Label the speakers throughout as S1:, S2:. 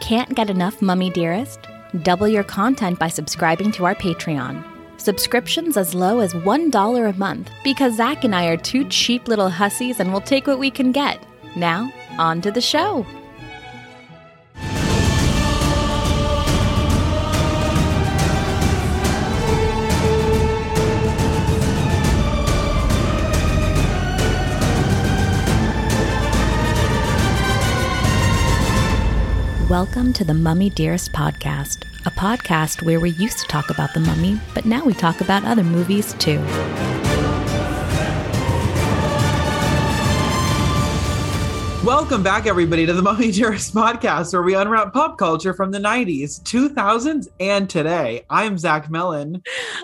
S1: can't get enough Mummy Dearest? Double your content by subscribing to our Patreon. Subscriptions as low as $1 a month because Zach and I are two cheap little hussies and we'll take what we can get. Now, on to the show. Welcome to the Mummy Dearest Podcast, a podcast where we used to talk about the mummy, but now we talk about other movies too.
S2: Welcome back, everybody, to the Mummy Dearest podcast, where we unwrap pop culture from the 90s, 2000s, and today. I'm Zach Mellon,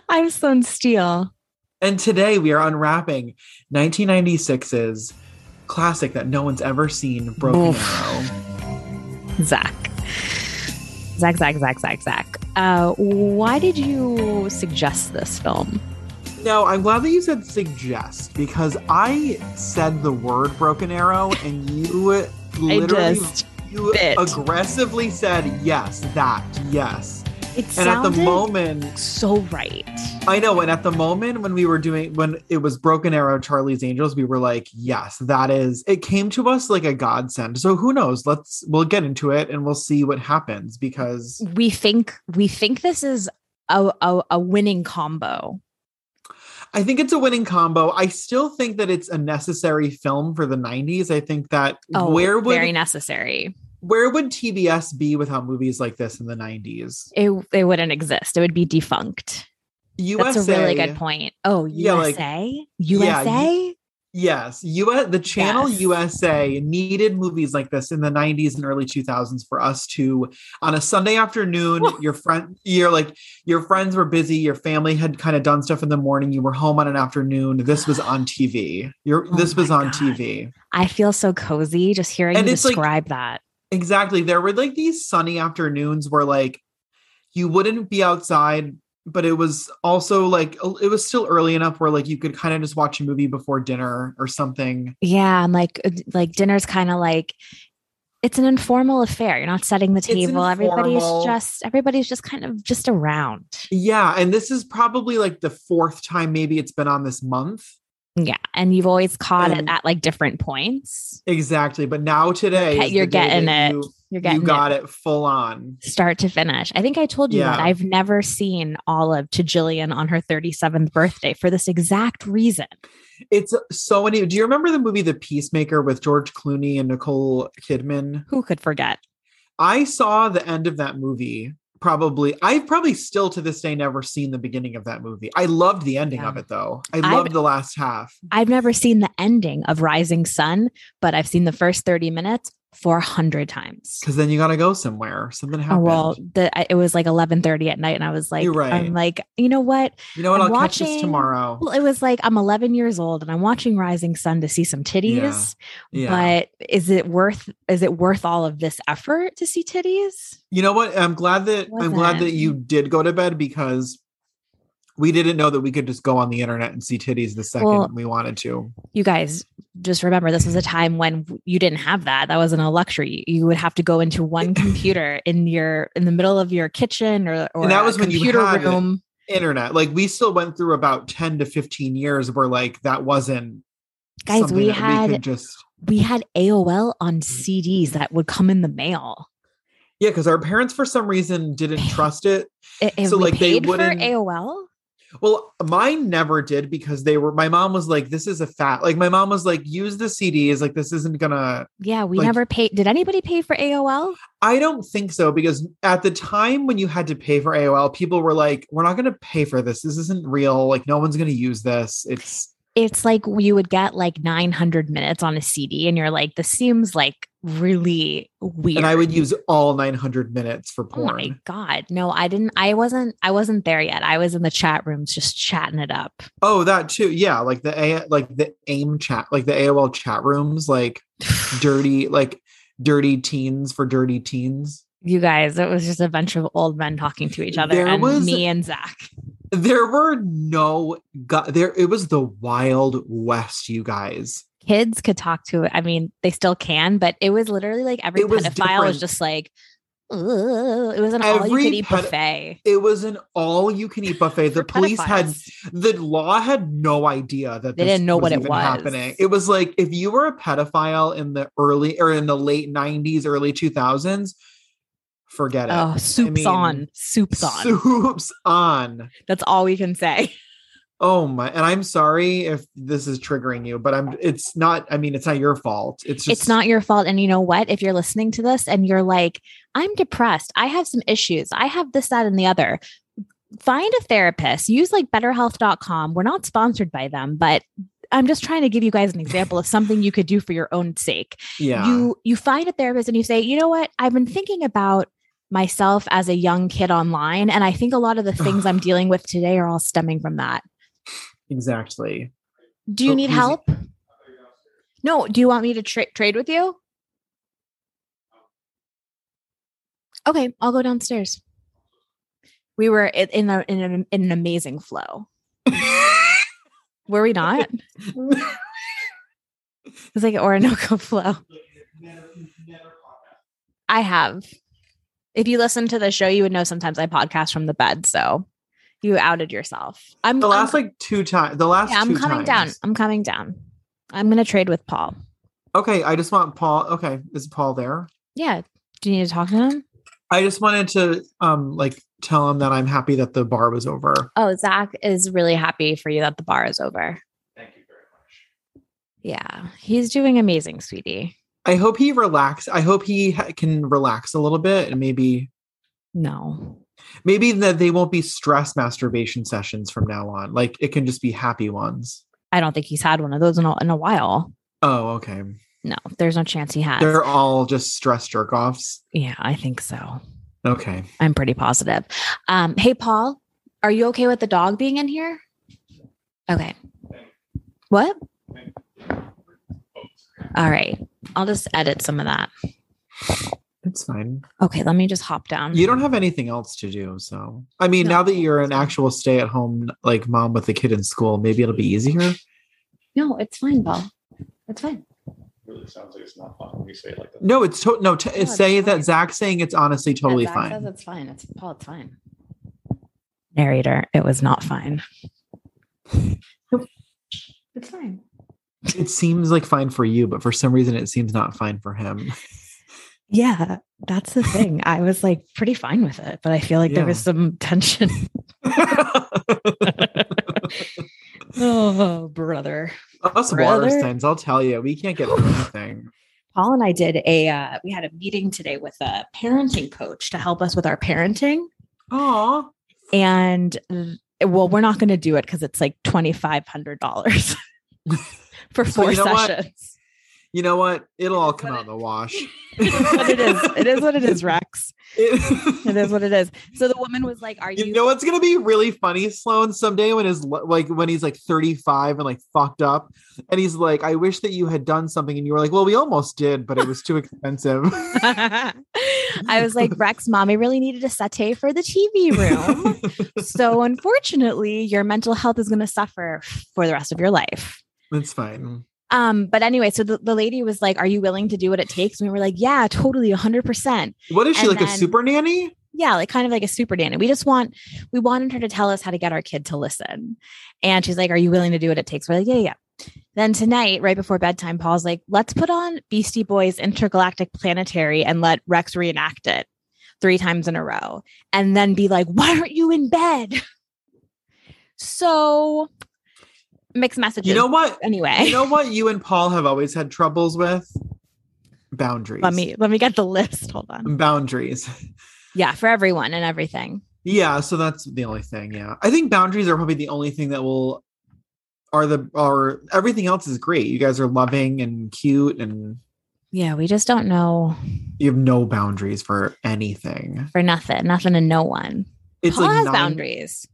S1: I'm Sloan Steele.
S2: and today we are unwrapping 1996's classic that no one's ever seen, Broken
S1: Oof.
S2: Arrow.
S1: Zach. Zach, Zach, Zach, Zach, Zach. Uh, why did you suggest this film?
S2: No, I'm glad that you said suggest because I said the word Broken Arrow, and you
S1: I
S2: literally
S1: just.
S2: you
S1: bit.
S2: aggressively said yes, that yes.
S1: It
S2: And at the
S1: sounded
S2: moment,
S1: so right.
S2: I know. And at the moment when we were doing, when it was Broken Arrow, Charlie's Angels, we were like, yes, that is, it came to us like a godsend. So who knows? Let's, we'll get into it and we'll see what happens because
S1: we think we think this is a, a, a winning combo.
S2: I think it's a winning combo. I still think that it's a necessary film for the 90s. I think that
S1: Oh,
S2: where would,
S1: very necessary.
S2: where would TBS be without movies like this in the 90s?
S1: It it wouldn't exist. It would be defunct.
S2: USA.
S1: That's a really good point. Oh,
S2: Yeah, like-
S1: USA,
S2: Yeah,
S1: USA.
S2: Yes, US, the channel
S1: Yes.
S2: USA needed movies like this in the 90s and early 2000s for us to on a Sunday afternoon, your friend you're like your friends were busy, your family had kind of done stuff in the morning, you were home on an afternoon, this was on TV. Your
S1: Oh
S2: this was
S1: my
S2: on
S1: God.
S2: TV.
S1: I feel so cozy just hearing
S2: And
S1: you
S2: it's like-
S1: describe that.
S2: Exactly. There were like these sunny afternoons where like you wouldn't be outside but it was also like it was still early enough where like you could kind of just watch a movie before dinner or something.
S1: Yeah, and like uh, like dinner's kind of like it's an informal affair. You're not setting the table. Everybody's
S2: informal.
S1: just everybody's just kind of just around.
S2: Yeah, and this is probably like the fourth time maybe it's been on this month.
S1: Yeah, and you've always caught
S2: And-
S1: it at like different points.
S2: Exactly, but now today
S1: Okay,
S2: is
S1: you're
S2: the day
S1: getting
S2: that
S1: it.
S2: You,
S1: You're
S2: you
S1: getting it.
S2: got it. full on.
S1: start to finish. I think I told you that
S2: Yeah.
S1: I've never seen Olive to Jillian on her 37th birthday for this exact reason.
S2: It's so many. Do you remember the movie The Peacemaker with George Clooney and Nicole Kidman?
S1: Who could forget?
S2: I saw the end of that movie. Probably, I've probably still to this day never seen the beginning of that movie. I loved the ending
S1: Yeah.
S2: of it though. I
S1: I've-
S2: loved the last half.
S1: I've never seen the ending of Rising Sun, but I've seen the first 30 minutes 400 times.
S2: Because then you got to go somewhere. Something
S1: Oh,
S2: happened.
S1: well, the, I- it was like 11:30 at night and I was like
S2: You're right.
S1: I'm like, you know what?
S2: you know what? i
S1: I'm
S2: will catch
S1: watching-
S2: this tomorrow.
S1: Well, it was like I'm 11 years old and I'm watching Rising Sun to see some titties,
S2: yeah.
S1: but is it worth is it worth all of this effort to see titties?
S2: You know what? I'm glad that I'm glad that you did go to bed because we didn't know that we could just go on the internet and see titties the second
S1: Well-
S2: we wanted to.
S1: you guys just remember this was a time when you didn't have that that wasn't a luxury you would have to go into one computer in your in the middle of your kitchen or, or
S2: And that
S1: a
S2: was when you
S1: computer
S2: had it.
S1: room
S2: Internet, like we still went through about 10 to 15 years where like that wasn't
S1: guys
S2: something
S1: we
S2: that
S1: had
S2: we
S1: we,
S2: could just
S1: had aol on cds that would come in the mail
S2: yeah, because our parents for some reason didn't trust it.
S1: I- if
S2: So,
S1: we
S2: like, they
S1: paid for
S2: wouldn't-
S1: aol
S2: Well, mine never did because they were my mom was like, This is a fat like my mom was like, use the CDs, like this isn't gonna
S1: yeah we
S2: Like-
S1: never paid did anybody pay for aol
S2: I don't think so because at the time when you had to pay for AOL, people were like, "We're not going to pay for this. This isn't real. Like, no one's going to use this." It's
S1: it's like you would get like 900 minutes on a cd and you're like this seems like really weird
S2: and I would use all 900 minutes for
S1: Oh my
S2: porn.
S1: god. No, I didn't I wasn't I wasn't there yet. I was in the chat rooms just chatting it up.
S2: Oh, that too. Yeah, like the a like the AIM chat, like the AOL chat rooms, like dirty, like dirty teens for dirty teens.
S1: You guys, it was just a bunch of old men talking to each other
S2: There
S1: and
S2: was-
S1: me and Zach.
S2: There were no go- there. It was the wild west, you guys.
S1: Kids could talk to I mean, they still can, but it was literally like every
S2: It was
S1: pedophile was
S2: different.
S1: just like Ugh, it was an all you could eat
S2: ped-
S1: buffet.
S2: It was an all you can eat buffet. The
S1: for
S2: police had
S1: pedophiles.
S2: the law had no idea that
S1: They
S2: this
S1: didn't know what it
S2: even
S1: was.
S2: happening. It was like if you were a pedophile in the early or in the late 90s, early 2000s, forget it.
S1: Oh, soups
S2: mean,
S1: on, soups on.
S2: Soups on.
S1: That's all we can say.
S2: Oh my! And I'm sorry if this is triggering you, but I'm. It's not. I mean, it's not your fault. It's just.
S1: it's not your fault. And you know what? If you're listening to this and you're like, I'm depressed, I have some issues, I have this, that, and the other, find a therapist. Use like betterhealth.com. We're not sponsored by them, but I'm just trying to give you guys an example of something you could do for your own sake.
S2: Yeah.
S1: you you find a therapist and you say you know what i've been thinking about myself as a young kid online and i think a lot of the things i'm dealing with today are all stemming from that
S2: exactly.
S1: do you
S2: So
S1: need
S2: easy.
S1: help no do you want me to tra- trade with you okay i'll go downstairs we were i- in a, in, an in an amazing flow were we not it was like an orinoco flow I have. If you listen to the show, you would know sometimes I podcast from the bed. So you outed yourself. I'm,
S2: the last
S1: I'm,
S2: like two times. The last.
S1: yeah, I'm
S2: two
S1: coming down.
S2: times.
S1: I'm coming down. I'm going to trade with Paul.
S2: Okay, I just want Paul. Okay, is Paul there?
S1: Yeah. Do you need to talk to him?
S2: I just wanted to um like tell him that I'm happy that the bar was over.
S1: Oh, Zach is really happy for you that the bar is over. Thank you very much. Yeah. He's doing amazing, sweetie.
S2: I hope he relax. I hope he ha- can relax a little bit and maybe
S1: No.
S2: maybe that they won't be stress masturbation sessions from now on. Like it can just be happy ones.
S1: I don't think he's had one of those in a, in a while.
S2: Oh, okay.
S1: No, there's no chance he has.
S2: They're all just stress jerk offs.
S1: yeah, I think so.
S2: Okay.
S1: I'm pretty positive. Um, hey, Paul, are you okay with the dog being in here? Okay. What? All right. I'll just edit some of that.
S2: It's fine.
S1: Okay. Let me just hop down.
S2: You don't have anything else to do. So, I mean,
S1: Mm-hmm. No.
S2: now that you're an actual stay at home, like mom with the kid in school, maybe it'll be easier.
S1: No, it's fine, Paul. It's fine.
S3: really sounds like it's not fun when you say it like that.
S2: No, it's to- no, t-
S1: it's
S2: say
S1: fine.
S2: that Zach's saying it's honestly totally
S1: Yeah, Zach
S2: fine.
S1: Says it's fine. It's Paul. It's fine. Narrator, it was not fine.
S2: Nope.
S1: It's fine.
S2: It seems like fine for you, but for some reason, it seems not fine for him.
S1: Yeah, that's the thing. I was like pretty fine with it, but I feel like there
S2: Yeah.
S1: was some tension. oh, brother.
S2: Us
S1: Brother.
S2: water signs, I'll tell you, we can't get through anything.
S1: Paul and I did a uh, we had a meeting today with a parenting coach to help us with our parenting,
S2: Aw.
S1: and uh, well, we're not going to do it because it's like twenty five hundred dollars for
S2: So
S1: four
S2: you know what?
S1: sessions.
S2: You know what? It'll all
S1: It's
S2: come
S1: what
S2: out in the wash.
S1: It's what it is. It is what it is, Rex.
S2: It-
S1: It is what it is. So the woman was like, "Are you?"
S2: You know what's gonna be really funny, Sloan, someday when his like when he's like 35 and like fucked up, and he's like, I wish that you had done something, and you were like, Well, we almost did, but it was too expensive.
S1: I was like, Rex, mommy really needed a satay for the TV room. so unfortunately, your mental health is going to suffer for the rest of your life.
S2: It's fine.
S1: Um, but anyway, so the, the lady was like, Are you willing to do what it takes? And we were like, Yeah, totally, 100%.
S2: What is she
S1: And
S2: like a
S1: then-
S2: super nanny?
S1: Yeah, like kind of like a super nanny. We just want, we wanted her to tell us how to get our kid to listen. And she's like, Are you willing to do what it takes? We're like, Yeah, yeah. yeah." Then tonight, right before bedtime, Paul's like, Let's put on Beastie Boys Intergalactic Planetary and let Rex reenact it three times in a row. And then be like, Why aren't you in bed? So mixed messages.
S2: You know what?
S1: anyway.
S2: You know what you and Paul have always had troubles with? Boundaries.
S1: let me let me get the list. Hold on.
S2: Um, boundaries.
S1: Yeah, for everyone and everything.
S2: Yeah, so that's the only thing. Yeah, I think boundaries are probably the only thing that will are the are everything else is great. You guys are loving and cute, and
S1: Yeah, we just don't know
S2: you have no boundaries for anything.
S1: for nothing, nothing and no one.
S2: It's
S1: Paul
S2: like
S1: has
S2: nine-
S1: boundaries.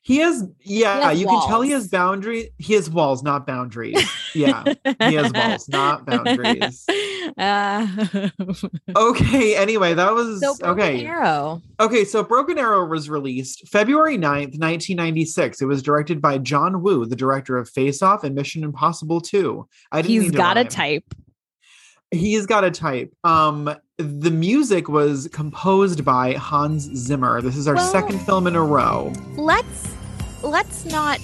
S2: He has, yeah.
S1: has
S2: you can tell he
S1: walls.
S2: has boundaries. He has walls, not boundaries. Yeah, he has walls, not boundaries.
S1: Uh,
S2: Okay. Anyway, that was
S1: so Broken
S2: okay.
S1: Arrow.
S2: Okay, so Broken Arrow was released February 9th, 1996. It was directed by John Woo, the director of Face Off and Mission Impossible 2. I didn't
S1: He's
S2: mean to
S1: got a
S2: rhyme.
S1: type.
S2: He's got a type. Um the music was composed by Hans Zimmer. This is our
S1: Whoa.
S2: second film in a row.
S1: Let's let's not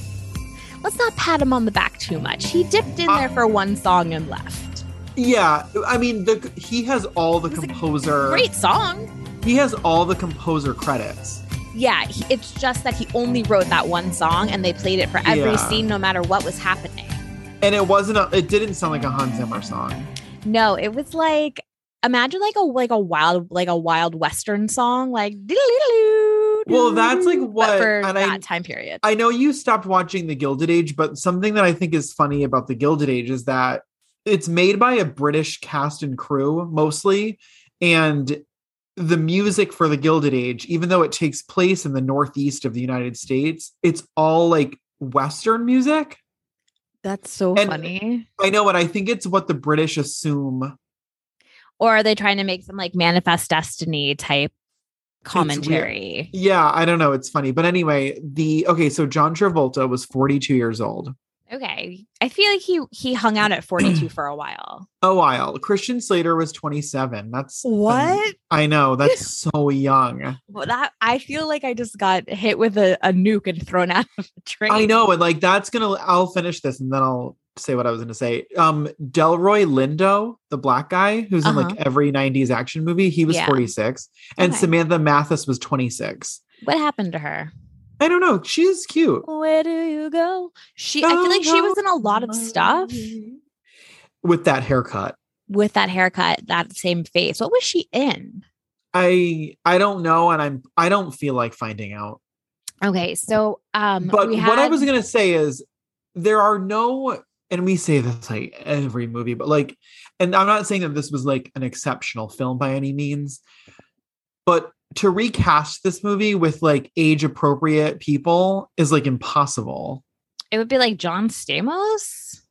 S1: let's not pat him on the back too much. He dipped
S2: Ah.
S1: in there for one song and left.
S2: Yeah, I mean, the, he has all the
S1: It's a
S2: composer.
S1: Great song.
S2: He has all the composer credits.
S1: Yeah, he- it's just that he only wrote that one song and they played it for every
S2: Yeah.
S1: scene no matter what was happening.
S2: And it wasn't a, it didn't sound like a Hans Zimmer song.
S1: No, it was like imagine like a like a wild like a wild western song like
S2: Well, that's like
S1: doo-doo-doo-doo, but
S2: what-
S1: for
S2: and I-
S1: that time period.
S2: I know you stopped watching The Gilded Age, but something that I think is funny about The Gilded Age is that it's made by a British cast and crew mostly. And the music for The Gilded Age, even though it takes place in the Northeast of the United States, it's all like Western music.
S1: that's so
S2: and-
S1: funny.
S2: I know, and I think it's what the British assume.
S1: Or are they trying to make some like manifest destiny type
S2: weird.
S1: commentary?
S2: Yeah, I don't know. It's funny. But anyway, the okay, so John Travolta was 42 years old.
S1: Okay. I feel like he he hung out at 42 for a while.
S2: A while. Oh, Christian Slater was 27. That's I know that's so young.
S1: Well, that I feel like I just got hit with a, a nuke and thrown out of a train.
S2: I know, and like that's gonna. I'll finish this and then I'll say what I was gonna say. Um, Delroy Lindo, the black guy who's in like every '90s action movie, he was
S1: Uh-huh. Yeah.
S2: 46, and
S1: Okay.
S2: Samantha Mathis was 26.
S1: What happened to her?
S2: I don't know. She's cute.
S1: Where do you go? She I feel like she was in a lot of stuff
S2: with that haircut.
S1: with that haircut, that same face. What was she in?
S2: I I don't know, and I'm I don't feel like finding out.
S1: Okay, so um
S2: but
S1: we
S2: what I
S1: had-
S2: was gonna say is there are no and we say this like every movie, but like and I'm not saying that this was like an exceptional film by any means, but to recast this movie with like age appropriate people is like impossible.
S1: it would be like John Stamos.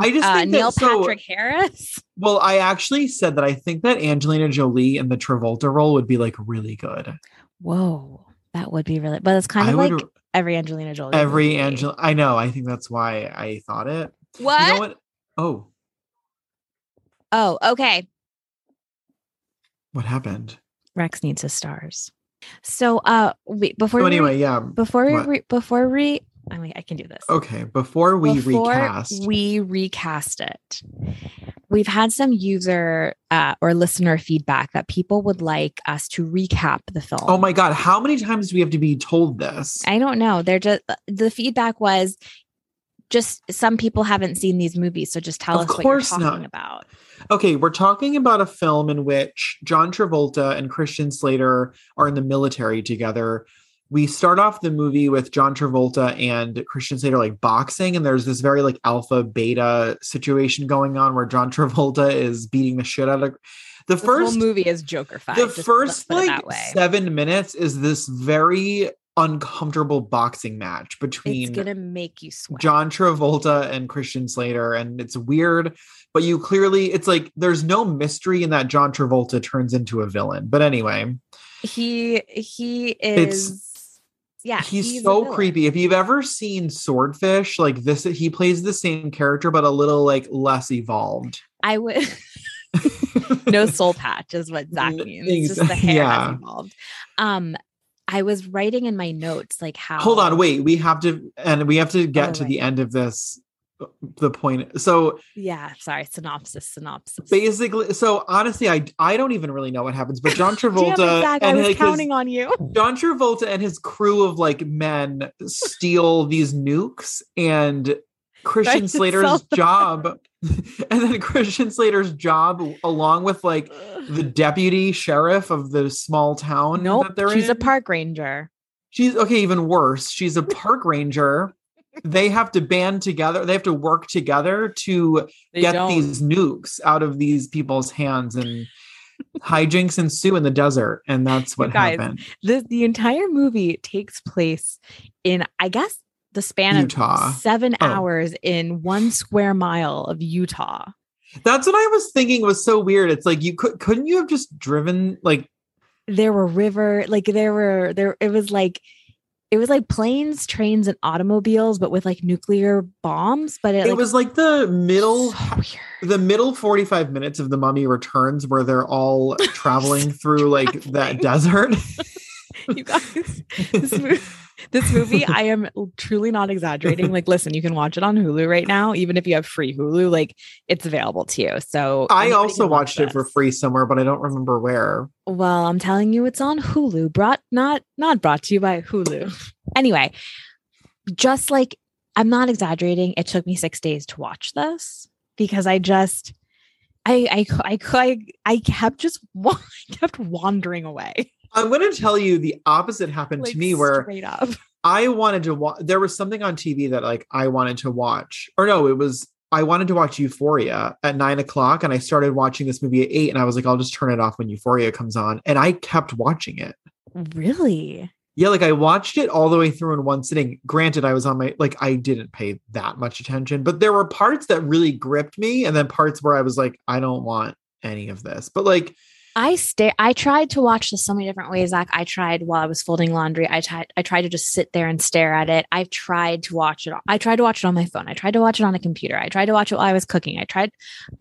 S2: I just
S1: uh,
S2: think that-
S1: Neil
S2: so-
S1: Patrick Harris.
S2: Well, I actually said that I think that Angelina Jolie in the Travolta role would be like really good.
S1: Whoa, that would be really. But it's kind
S2: I
S1: of
S2: would
S1: like every Angelina Jolie.
S2: every
S1: movie.
S2: Angel I know, I think that's why I thought it.
S1: What?
S2: You know what? Oh,
S1: Oh, okay.
S2: what happened?
S1: Rex needs his stars. So uh wait, before
S2: So
S1: we re-
S2: anyway, yeah.
S1: before we
S2: what?
S1: re- before we I mean I can do this.
S2: Okay, before we
S1: before
S2: recast.
S1: we recast it. We've had some user uh, or listener feedback that people would like us to recap the film.
S2: Oh my god, how many times do we have to be told this?
S1: I don't know. They're just the feedback was just some people haven't seen these movies, so just tell
S2: Of
S1: us what you're
S2: course
S1: talking
S2: not.
S1: about.
S2: Okay, we're talking about a film in which John Travolta and Christian Slater are in the military together. We start off the movie with John Travolta and Christian Slater like boxing, and there's this very like alpha beta situation going on where John Travolta is beating the shit out of the
S1: This whole
S2: first
S1: movie is Joker five.
S2: the
S1: just let's
S2: first
S1: put it
S2: like seven minutes is this very uncomfortable boxing match
S1: it's
S2: between
S1: gonna make you sweat.
S2: John Travolta and Christian Slater, and it's weird, but you clearly it's like there's no mystery in that John Travolta turns into a villain. But anyway,
S1: he he
S2: It's-
S1: is yeah
S2: he's,
S1: a
S2: so
S1: villain.
S2: creepy. If you've ever seen Swordfish, like this, he plays the same character but a little like less evolved.
S1: i would no soul patch is what zach
S2: N-
S1: means it's just the
S2: ex-
S1: hair
S2: yeah.
S1: has evolved um i was writing in my notes like how
S2: Hold on, wait, we have to, and we have to get
S1: Oh,
S2: to
S1: right.
S2: the end of this. The point. So
S1: yeah sorry synopsis synopsis
S2: basically so honestly i i don't even really know what happens but john
S1: Damn
S2: travolta
S1: it, Zach, i
S2: and
S1: was
S2: like,
S1: counting on you
S2: his, john travolta and his crew of like men steal these nukes and
S1: Trying
S2: christian
S1: to
S2: slater's
S1: sell them.
S2: job and then christian slater's job along with like the deputy sheriff of the small town
S1: no
S2: that they're
S1: she's
S2: in
S1: a park ranger
S2: she's okay even worse she's a park ranger they have to band together they have to work together to
S1: They
S2: get
S1: don't-
S2: these nukes out of these people's hands and hijinks ensue in the desert and that's what
S1: guys,
S2: happened
S1: this the entire movie takes place in i guess the span
S2: Utah.
S1: of seven
S2: Oh.
S1: hours in one square mile of utah
S2: that's what i was thinking was so weird it's like you could couldn't you have just driven like
S1: there were river like there were there it was like it was like planes trains and automobiles but with like nuclear bombs but it,
S2: it was like the middle
S1: so weird.
S2: the middle 45 minutes of the mummy returns where they're all traveling through like that desert
S1: you guys this movie, this movie i am truly not exaggerating like listen you can watch it on hulu right now even if you have free hulu like it's available to you so
S2: i also watched it for free somewhere but i don't remember where
S1: well i'm telling you it's on hulu brought not not brought to you by hulu anyway just like i'm not exaggerating it took me six days to watch this because i just I, I, I, I kept just I kept wandering away.
S2: I'm going to tell you the opposite happened
S1: Like,
S2: to me where
S1: straight up.
S2: I wanted to watch. There was something on TV that like I wanted to watch, or no, it was I wanted to watch Euphoria at nine o'clock, and I started watching this movie at eight, and I was like, I'll just turn it off when Euphoria comes on, and I kept watching it.
S1: Really?
S2: Yeah, like I watched it all the way through in one sitting. Granted, I was on my like I didn't pay that much attention, but there were parts that really gripped me, and then parts where I was like, I don't want any of this. But like
S1: I stay. I tried to watch this so many different ways. Zach. I tried while I was folding laundry. I tried. I tried to just sit there and stare at it. I've tried to watch it. I tried to watch it on my phone. I tried to watch it on a computer. I tried to watch it while I was cooking. I tried.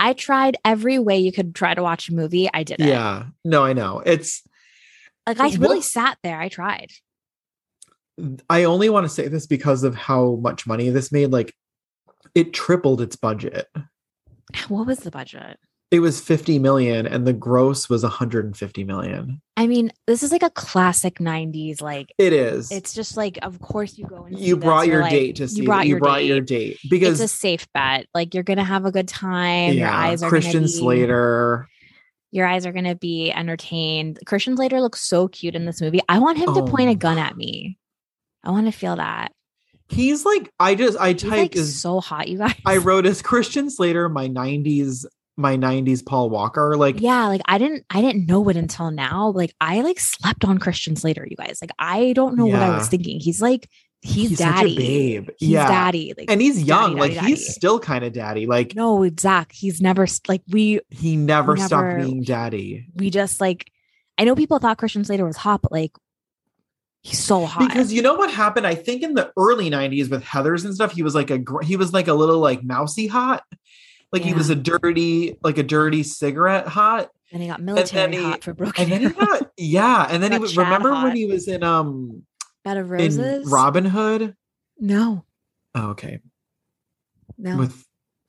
S1: I tried every way you could try to watch a movie. I did it.
S2: yeah, no, I know. It's
S1: Like I
S2: Well-
S1: really sat there. I tried.
S2: I only want to say this because of how much money this made. Like it tripled its budget.
S1: What was the budget?
S2: It was 50 million and the gross was 150 million.
S1: I mean, this is like a classic '90s. Like
S2: It is.
S1: it's just like, of course you go and see
S2: you
S1: this,
S2: brought
S1: you're
S2: your
S1: like-
S2: date to see
S1: You brought
S2: it. You
S1: your
S2: brought
S1: date.
S2: your date because
S1: it's a safe bet. Like you're gonna have a good time. your
S2: yeah,
S1: eyes are
S2: Christian
S1: gonna be,
S2: Slater.
S1: Your eyes are gonna be entertained. Christian Slater looks so cute in this movie. I want him
S2: Oh.
S1: to point a gun at me. I want to feel that.
S2: He's like I just I
S1: He's
S2: typed
S1: like
S2: as
S1: so hot, you guys.
S2: I wrote as Christian Slater my 90s my 90s Paul Walker like
S1: yeah, like I didn't, I didn't know it until now. Like I like slept on Christian Slater, you guys. Like I don't know what I
S2: Yeah.
S1: was thinking. He's like, he's,
S2: He's such a
S1: daddy,
S2: babe.
S1: He's
S2: Yeah.
S1: daddy. Like
S2: and he's young
S1: daddy,
S2: like
S1: daddy,
S2: he's
S1: daddy.
S2: still kind of daddy like
S1: no, Zach. He's never s- like we
S2: he never, stopped
S1: Never-
S2: being daddy
S1: we just like. I know people thought Christian Slater was hot, but like he's so hot.
S2: because you know what happened I think in the early 90s with Heathers and stuff he was like a gr- he was like a little like mousy hot like he
S1: Yeah.
S2: was a dirty like a dirty cigarette hot
S1: Then he got military
S2: he-
S1: hot for Broken
S2: and then he
S1: Arrow.
S2: got yeah and then he
S1: Got
S2: was
S1: Chad
S2: remember
S1: hot.
S2: when he was in um
S1: Bed of
S2: in
S1: Roses.
S2: Robin Hood
S1: no,
S2: oh, okay
S1: no.
S2: with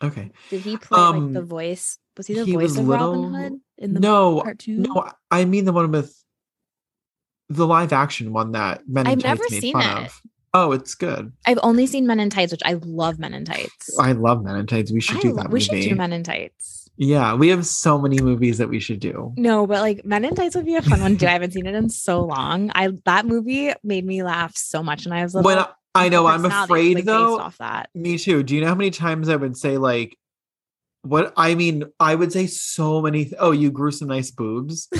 S2: okay
S1: Did he play like the
S2: um,
S1: voice? Was he the
S2: he
S1: voice
S2: was
S1: of
S2: little-
S1: Robin Hood in the
S2: no
S1: cartoon?
S2: No, I- I mean the one with the live action one that Men in
S1: I've
S2: Tights
S1: never
S2: made
S1: seen
S2: fun
S1: it.
S2: of. Oh, it's good.
S1: I've only seen Men in Tights, which I love Men in Tights.
S2: I love Men in Tights. We should
S1: I
S2: do
S1: lo-
S2: that.
S1: we should
S2: movie.
S1: do Men in Tights.
S2: Yeah, we have so many movies that we should do.
S1: No, but like Men in Tights would be a fun one to do. I haven't seen it in so long. I that movie made me laugh so much when I was little.
S2: When I, I know,
S1: The
S2: I'm
S1: personality was,
S2: afraid
S1: like,
S2: though.
S1: Based off that,
S2: Me too. Do you know how many times I would say like, what? I mean, I would say so many. Th- oh, you grew some nice boobs.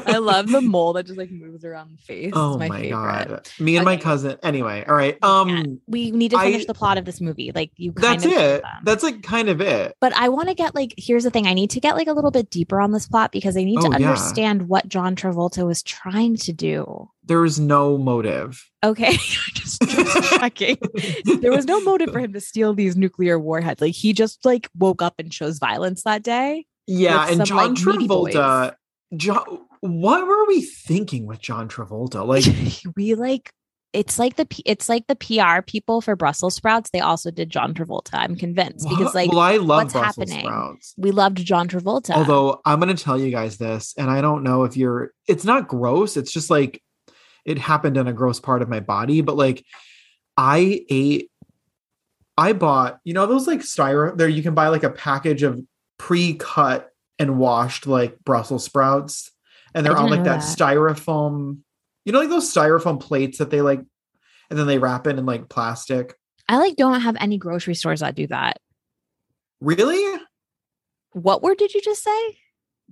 S1: I love the mole that just like moves around the face.
S2: Oh
S1: it's my,
S2: my,
S1: favorite.
S2: god! Me and my
S1: Okay.
S2: cousin. Anyway, all right.
S1: Yeah.
S2: Um,
S1: We need to
S2: I-
S1: finish the plot of this movie. Like you, kind
S2: that's
S1: of showed
S2: it.
S1: them.
S2: That's like kind of it.
S1: but I want to get like here's the thing I need to get like a little bit deeper on this plot because I need
S2: Oh,
S1: to
S2: yeah.
S1: understand what John Travolta was trying to do.
S2: There is no motive.
S1: Okay, just, just checking. There was no motive for him to steal these nuclear warheads. Like he just like woke up and chose violence that day.
S2: Yeah,
S1: with
S2: and
S1: some, like,
S2: John
S1: meaty boys.
S2: Travolta. John, what were we thinking with John Travolta? Like,
S1: we like it's like the P- it's like the PR people for Brussels sprouts. They also did John Travolta. I'm convinced because
S2: what-
S1: like
S2: well, I love
S1: what's
S2: Brussels
S1: happening?
S2: sprouts.
S1: we loved John Travolta.
S2: Although I'm going to tell you guys this, and I don't know if you're. It's not gross. It's just like it happened in a gross part of my body, but like I ate. I bought, you know, those like styro. There, you can buy like a package of pre-cut and washed like Brussels sprouts, and
S1: I
S2: they're on
S1: didn't
S2: like
S1: know
S2: that,
S1: that.
S2: styrofoam. You know, like those styrofoam plates that they like, and then they wrap it in like plastic.
S1: I like don't have any grocery stores that do that.
S2: Really,
S1: What word did you just say?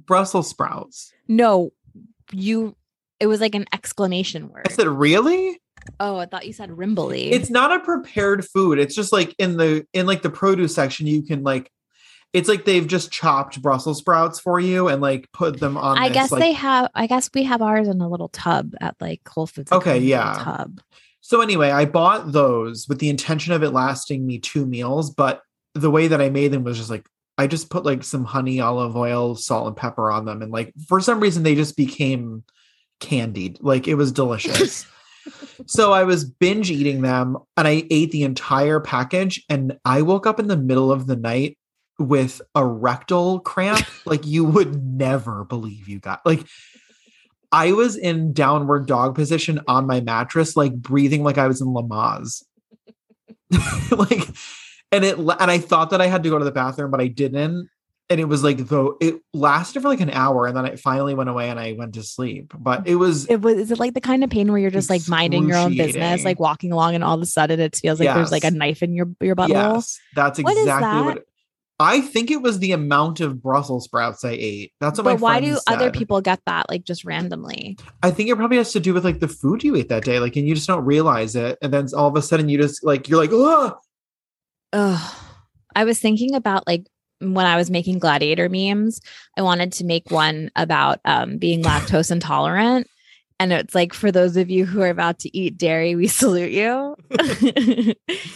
S2: Brussels sprouts?
S1: No, you. It was like an exclamation word.
S2: I said, really?
S1: oh, I thought you said Rimbly.
S2: it's not a prepared food it's just like in the in like the produce section you can like it's like they've just chopped brussels sprouts for you and like put them on
S1: I
S2: this,
S1: guess
S2: like-
S1: they have. I guess we have ours in a little tub at like Whole Foods. and
S2: Okay,
S1: Costco,
S2: yeah.
S1: Tub.
S2: so anyway i bought those with the intention of it lasting me two meals but the way that I made them was just like I just put like some honey, olive oil, salt, and pepper on them, and like for some reason they just became candied. Like it was delicious. so I was binge eating them, and I ate the entire package. And I woke up in the middle of the night with a rectal cramp, like you would never believe you got. Like I was in downward dog position on my mattress, like breathing like I was in Lamaze. like and it and I thought that I had to go to the bathroom, but I didn't. And it was like though it lasted for like an hour, and then it finally went away, and I went to sleep. But it was
S1: It was is it like the kind of pain where you're just like minding your own business,
S2: Excruciating.
S1: like walking along, and all of a sudden it feels like there's like a
S2: Yes.
S1: knife in your your butthole.
S2: yes, that's
S1: What is
S2: exactly what.
S1: that?
S2: it- I think it was the amount of Brussels sprouts I ate. That's what my
S1: but why do
S2: friends
S1: other
S2: said.
S1: people get that like just randomly?
S2: I think it probably has to do with like the food you ate that day, like, and you just don't realize it, and then all of a sudden you just like you're like, oh,
S1: Ugh. I was thinking about like when I was making gladiator memes, I wanted to make one about um, being lactose intolerant. And it's like, for those of you who are about to eat dairy, we salute you.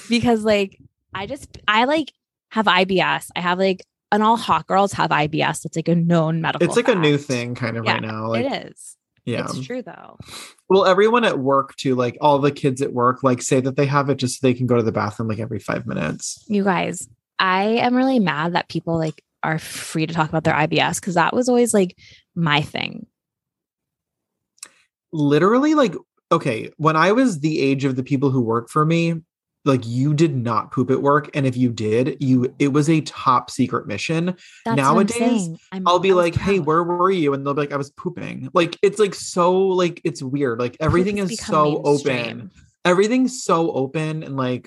S1: because like, I just, I like have IBS. I have like, and all hot girls have IBS. It's like a known medical.
S2: it's like a new
S1: fact.
S2: thing kind of
S1: Yeah,
S2: right now. Like,
S1: it is.
S2: yeah.
S1: It's true though.
S2: Well, everyone at work too, like all the kids at work, like say that they have it just so they can go to the bathroom like every five minutes.
S1: You guys, I am really mad that people like are free to talk about their IBS because that was always like my thing.
S2: Literally, like, okay, when I was the age of the people who work for me, like you did not poop at work. And if you did, you it was a top secret mission.
S1: That's
S2: Nowadays,
S1: what I'm saying. I'm,
S2: I'll be
S1: I was
S2: like, hey,
S1: proud.
S2: where were you? And they'll be like, I was pooping. Like it's like so like it's weird. Like everything
S1: Poop has
S2: is
S1: become
S2: so open.
S1: mainstream.
S2: Everything's so open and like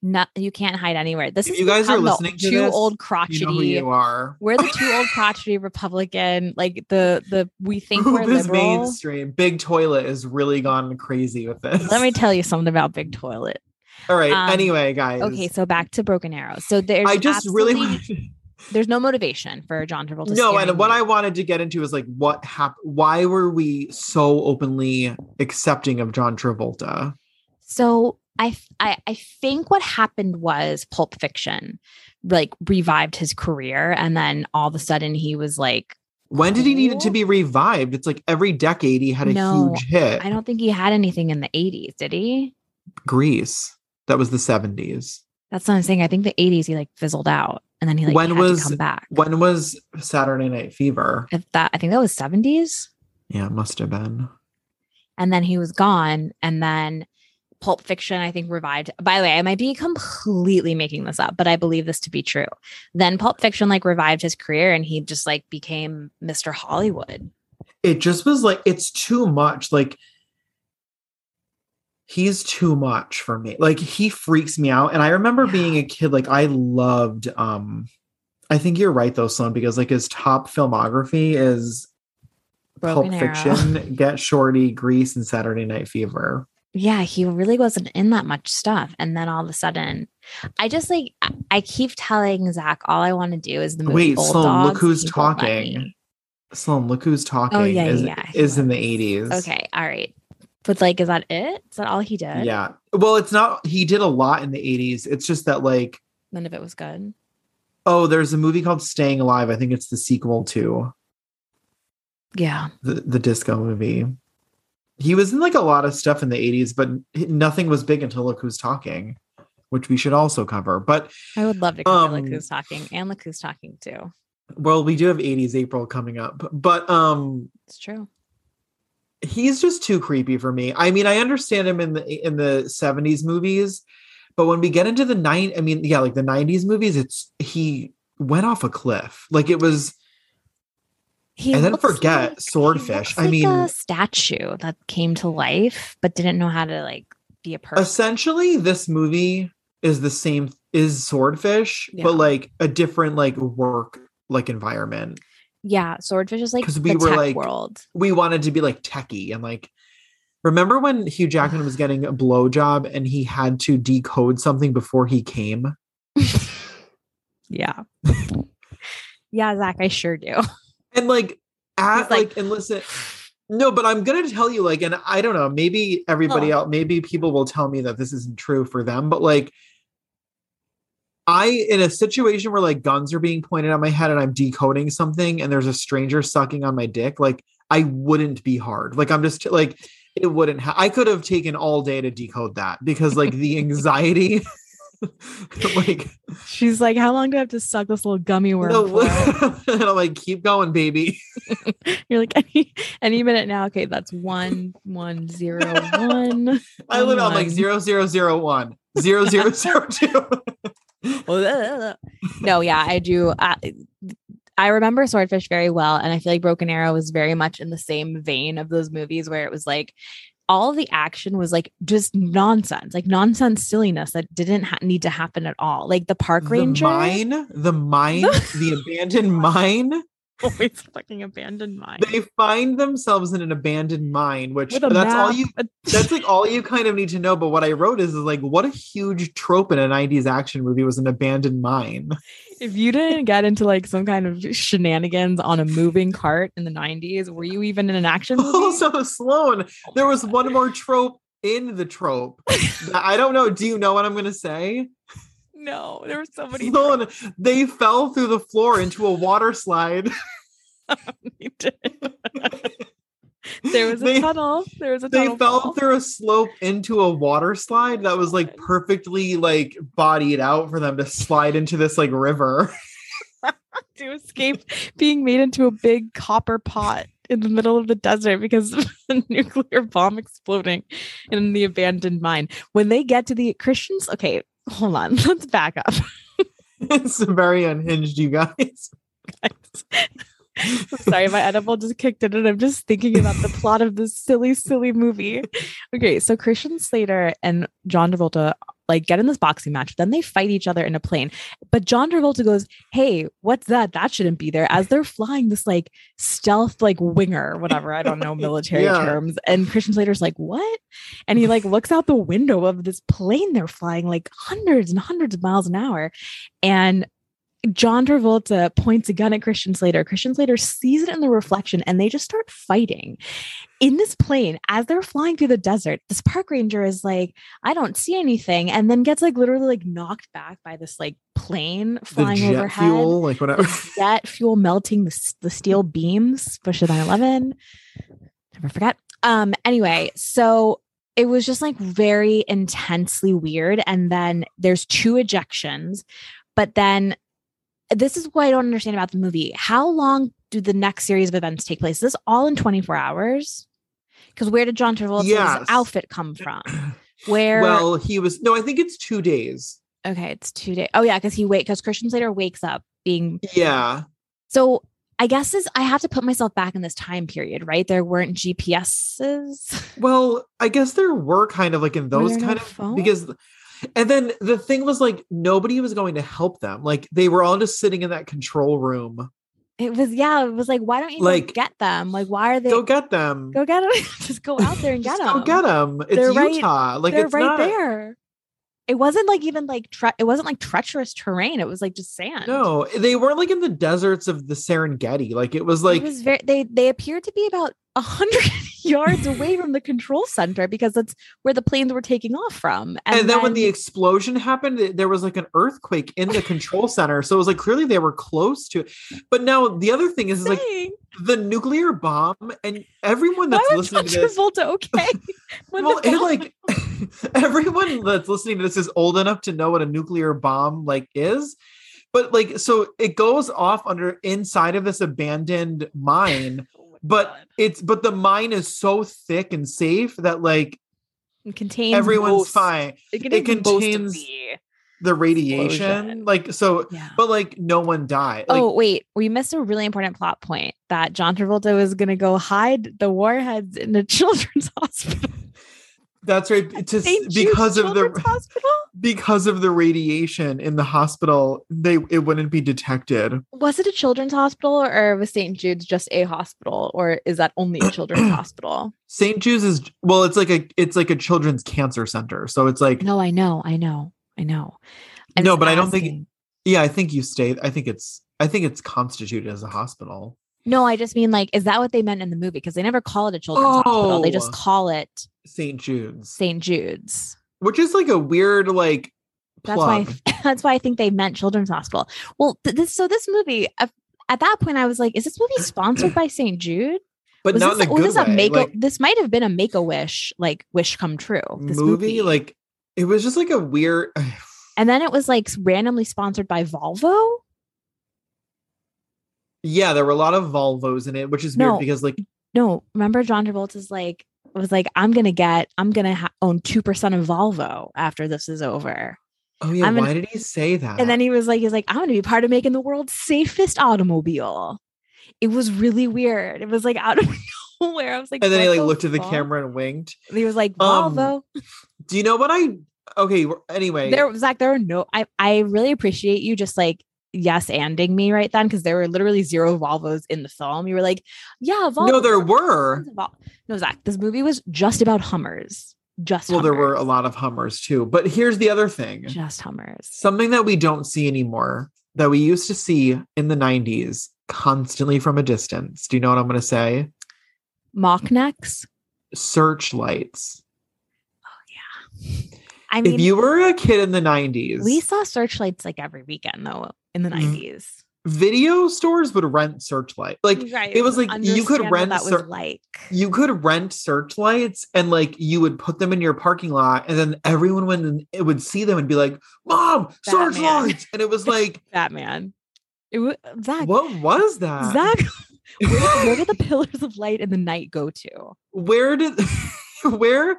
S1: No, you can't hide anywhere. This
S2: If
S1: is
S2: you guys are
S1: become the
S2: listening to
S1: two
S2: this,
S1: old
S2: you
S1: crotchety.
S2: know who you are.
S1: we're the two old crotchety Republican, like the the we think we're
S2: Poop is
S1: liberal.
S2: mainstream. Big toilet has really gone crazy with this.
S1: Let me tell you something about Big Toilet.
S2: All right.
S1: Um,
S2: anyway, guys.
S1: Okay, so back to Broken Arrow. So there's
S2: I just really
S1: absolutely-
S2: wanted,
S1: there's no motivation for John Travolta.
S2: no,
S1: steering
S2: and what
S1: you.
S2: I wanted to get into is like what happened. Why were we so openly accepting of John Travolta?
S1: So I, f- I I think what happened was Pulp Fiction, like revived his career, and then all of a sudden he was like,
S2: When did he need it to
S1: Cool.
S2: be revived? It's like every decade he had a
S1: No,
S2: huge hit.
S1: I don't think he had anything in the '80s, did he?
S2: Greece. That was the seventies.
S1: That's what I'm saying. I think the '80s he like fizzled out, and then he like
S2: When
S1: had
S2: was-
S1: to come back.
S2: When was Saturday Night Fever?
S1: If that I think that was '70s,
S2: Yeah, it must have been.
S1: and then he was gone, and then Pulp Fiction I think revived. By the way, I might be completely making this up, but I believe this to be true. Then Pulp Fiction like revived his career, and he just like became Mr. Hollywood.
S2: it just was like it's too much like he's too much for me like he freaks me out and i remember
S1: Yeah.
S2: being a kid like i loved um i think you're right though sloan because like his top filmography is
S1: Broken
S2: pulp
S1: Arrow.
S2: fiction get shorty grease and saturday night fever
S1: yeah, he really wasn't in that much stuff. And then all of a sudden, I just like I- I keep telling Zach all I want to do is the movie.
S2: Wait,
S1: Old
S2: Sloan, look
S1: Dogs,
S2: who's
S1: and he won't let
S2: talking.
S1: me.
S2: sloan look who's talking
S1: Oh, yeah,
S2: is,
S1: yeah, yeah.
S2: is in the 80s
S1: Okay, all right. But like, is that it? Is that all he did?
S2: yeah well it's not he did a lot in the 80s it's just that like
S1: None of it was good.
S2: oh there's a movie called staying alive i think it's the sequel to
S1: Yeah.
S2: the, the disco movie. He was in like a lot of stuff in the 80s, but nothing was big until Look Who's Talking, which we should also cover. But
S1: I would love to cover
S2: Um,
S1: look who's talking and look who's talking too.
S2: well, we do have 80s April coming up. But um
S1: It's true.
S2: he's just too creepy for me. I mean, I understand him in the in the 70s movies, but when we get into the nine, I mean, yeah, like the 90s movies, it's he went off a cliff. Like it was
S1: He
S2: And then
S1: looks
S2: forget
S1: he
S2: Swordfish.
S1: looks
S2: I
S1: like a
S2: mean-
S1: statue that came to life but didn't know how to like be a person.
S2: essentially this movie is the same is swordfish
S1: Yeah.
S2: but like a different like work like environment
S1: yeah, Swordfish is like
S2: 'Cause
S1: the
S2: we were,
S1: tech
S2: like,
S1: world.
S2: we wanted to be like techie and like remember when hugh jackman was getting a blow job and he had to decode something before he came
S1: Yeah. yeah, Zach, I sure do.
S2: and like at
S1: He's like-
S2: like, and listen no but i'm gonna tell you like and i don't know maybe everybody
S1: Huh.
S2: else maybe people will tell me that this isn't true for them but like I in a situation where like guns are being pointed at my head and I'm decoding something and there's a stranger sucking on my dick, like I wouldn't be hard. Like I'm just like it wouldn't. Ha- I could have taken all day to decode that because like the anxiety, like
S1: She's like, how long do I have to suck this little gummy worm? for?"
S2: the, and I'm like keep going, baby.
S1: You're like any any minute now. Okay, that's one one zero one.
S2: I live on
S1: One.
S2: like zero zero zero one zero zero zero two.
S1: no, yeah, I do. I, I remember Swordfish very well, and I feel like Broken Arrow was very much in the same vein of those movies where it was like all the action was like just nonsense, like nonsense silliness that didn't ha- need to happen at all. Like the park ranger,
S2: the mine, the mine, the abandoned mine.
S1: always fucking abandoned mine
S2: They find themselves in an abandoned mine, which
S1: with a
S2: that's all
S1: map,
S2: you
S1: a-
S2: that's like all you kind of need to know. But what I wrote is, is like, what a huge trope in a 90s action movie was an abandoned mine.
S1: If you didn't get into like some kind of shenanigans on a moving cart in the 90s, were you even in an action movie?
S2: also, Sloan, there was one more trope in the trope. that- I don't know. Do you know what I'm going to say?
S1: no, there were so many
S2: Sloan, they fell through the floor into a water slide.
S1: did. There was a
S2: They-
S1: tunnel. There was a
S2: They
S1: tunnel.
S2: fell
S1: wall.
S2: through a slope into a water slide that was like perfectly like bodied out for them to slide into this like river.
S1: to escape being made into a big copper pot in the middle of the desert because of the nuclear bomb exploding in the abandoned mine. When they get to the Christians, okay, hold on, let's back up.
S2: it's very unhinged, you guys.
S1: I'm sorry, my edible just kicked in, and I'm just thinking about the plot of this silly, silly movie. Okay, so Christian Slater and John Travolta like get in this boxing match, then they fight each other in a plane. But John Travolta goes, "Hey, what's that? That shouldn't be there." As they're flying this like stealth like winger, whatever I don't know military
S2: Yeah.
S1: terms, and Christian Slater's like, "What?" And he like looks out the window of this plane they're flying like hundreds and hundreds of miles an hour, and John Travolta points a gun at Christian Slater. Christian Slater sees it in the reflection and they just start fighting. In this plane, as they're flying through the desert, this park ranger is like, I don't see anything, and then gets like literally like knocked back by this like plane
S2: the
S1: flying
S2: jet
S1: overhead.
S2: fuel, like whatever.
S1: The jet fuel melting the, s- the steel beams, Bush 911. Never forget. Um, anyway, so it was just like very intensely weird. And then there's two ejections, but then this is what I don't understand about the movie. How long do the next series of events take place? Is this all in 24 hours? Because where did John Travolta's
S2: Yes.
S1: outfit come from? Where
S2: Well, he was no, I think it's two days.
S1: okay, it's two days. Oh yeah, because he wait because Christian Slater wakes up being
S2: Yeah.
S1: So I guess is I have to put myself back in this time period, right? There weren't GPSs.
S2: Well, I guess there were kind of like in
S1: Were
S2: those
S1: there no
S2: kind of
S1: phones?
S2: because and then the thing was like nobody was going to help them. Like they were all just sitting in that control room.
S1: It was yeah. It was like, why don't you like
S2: Like-
S1: get them? Like, why are they go,
S2: Go get them.
S1: get them? Just go out there and
S2: Just
S1: get
S2: go
S1: them.
S2: get them. It's
S1: They're right-
S2: Utah. like
S1: They're
S2: it's
S1: right
S2: not,
S1: there. It wasn't like even like tre- it wasn't like treacherous terrain. It was like just sand.
S2: No, they weren't like in the deserts of the Serengeti. Like it was
S1: like
S2: like
S1: it was very, they they appeared to be about a hundred yards away from the control center because that's where the planes were taking off from.
S2: and, then, when the explosion happened th- there was like an earthquake in the control center so it was like clearly they were close to it but now the other thing is, is like
S1: Dang.
S2: the nuclear bomb and everyone
S1: why
S2: that's
S1: was John
S2: listening to this
S1: Travolta okay? When the
S2: well,
S1: bomb-
S2: and like everyone that's listening to this is old enough to know what a nuclear bomb like is but like so it goes off under inside of this abandoned mine but it's but the mine is so thick and safe that like
S1: It contains
S2: everyone's
S1: most-
S2: fine
S1: It,
S2: it
S1: contains most of
S2: contains-
S1: the-
S2: the
S1: Explosion.
S2: radiation like so
S1: Yeah.
S2: but like no one died. Like,
S1: oh wait, we missed a really important plot point that John Travolta was going to go hide the warheads in a children's hospital
S2: that's right. To, s-
S1: St. Jude's
S2: because of
S1: Children's
S2: the
S1: hospital.
S2: because of the radiation in the hospital, they it wouldn't be detected.
S1: Was it a children's hospital or was St. Jude's just a hospital or is that only a children's hospital?
S2: St. Jude's is well, it's like a it's like a children's cancer center. So it's like
S1: No, I know, I know, I know. I'm
S2: No,
S1: just
S2: but I don't think-
S1: asking.
S2: yeah, I think you stay. I think it's I think it's constituted as a hospital.
S1: No, I just mean like, is that what they meant in the movie? Because they never call it a children's hospital; they just
S2: Oh.
S1: call it
S2: St. Jude's,
S1: St. Jude's.
S2: which is like a weird like
S1: That's why.
S2: Plug.
S1: I, that's why I think they meant Children's Hospital. Well, th- this so this movie uh, at that point I was like, is this movie sponsored by St. Jude?
S2: but
S1: was
S2: not
S1: this,
S2: in a
S1: was
S2: good
S1: this
S2: way.
S1: a make?
S2: like,
S1: this might have been a Make a Wish like wish come true. This
S2: movie, like it was just like a weird.
S1: and then it was like randomly sponsored by Volvo.
S2: Yeah, there were a lot of Volvos in it, which is weird
S1: No.
S2: because like
S1: No, remember John Travolta's like was like, I'm gonna get, I'm gonna ha- own two percent of Volvo after this is over.
S2: oh yeah,
S1: I'm an-
S2: why did he say that?
S1: And then he was like, he's like, I'm gonna be part of making the world's safest automobile. It was really weird. It was like out of nowhere. I was like,
S2: and then he
S1: what
S2: like
S1: the
S2: looked at the
S1: fuck?
S2: camera and winked.
S1: And He was like,
S2: Um,
S1: Volvo.
S2: Do you know what I? Okay, we're- anyway,
S1: there, Zach, there were no. I, I really appreciate you just like yes anding me right then because there were literally zero Volvos in the film. You were like, yeah, Volvo.
S2: no, there were.
S1: No, Zach, this movie was just about Hummers. Just
S2: Well, there were a
S1: Hummers.
S2: lot of Hummers too. But here's the other thing:
S1: Just Hummers.
S2: something that we don't see anymore that we used to see in the '90s constantly from a distance. Do you know what I'm going to say?
S1: Mock necks.
S2: Searchlights.
S1: I mean,
S2: if you were a kid in the '90s,
S1: we saw searchlights like every weekend though in the
S2: Mm.
S1: 90s.
S2: video stores would rent searchlight. Like
S1: right.
S2: it was like you
S1: understand
S2: could
S1: what
S2: rent
S1: that was
S2: cer-
S1: like.
S2: you could rent searchlights and like you would put them in your parking lot and then everyone would it would see them and be like mom
S1: Batman.
S2: searchlights and it was like
S1: Batman. It was Zach.
S2: what was that
S1: Zach, where did the pillars of light in the night go to?
S2: where did where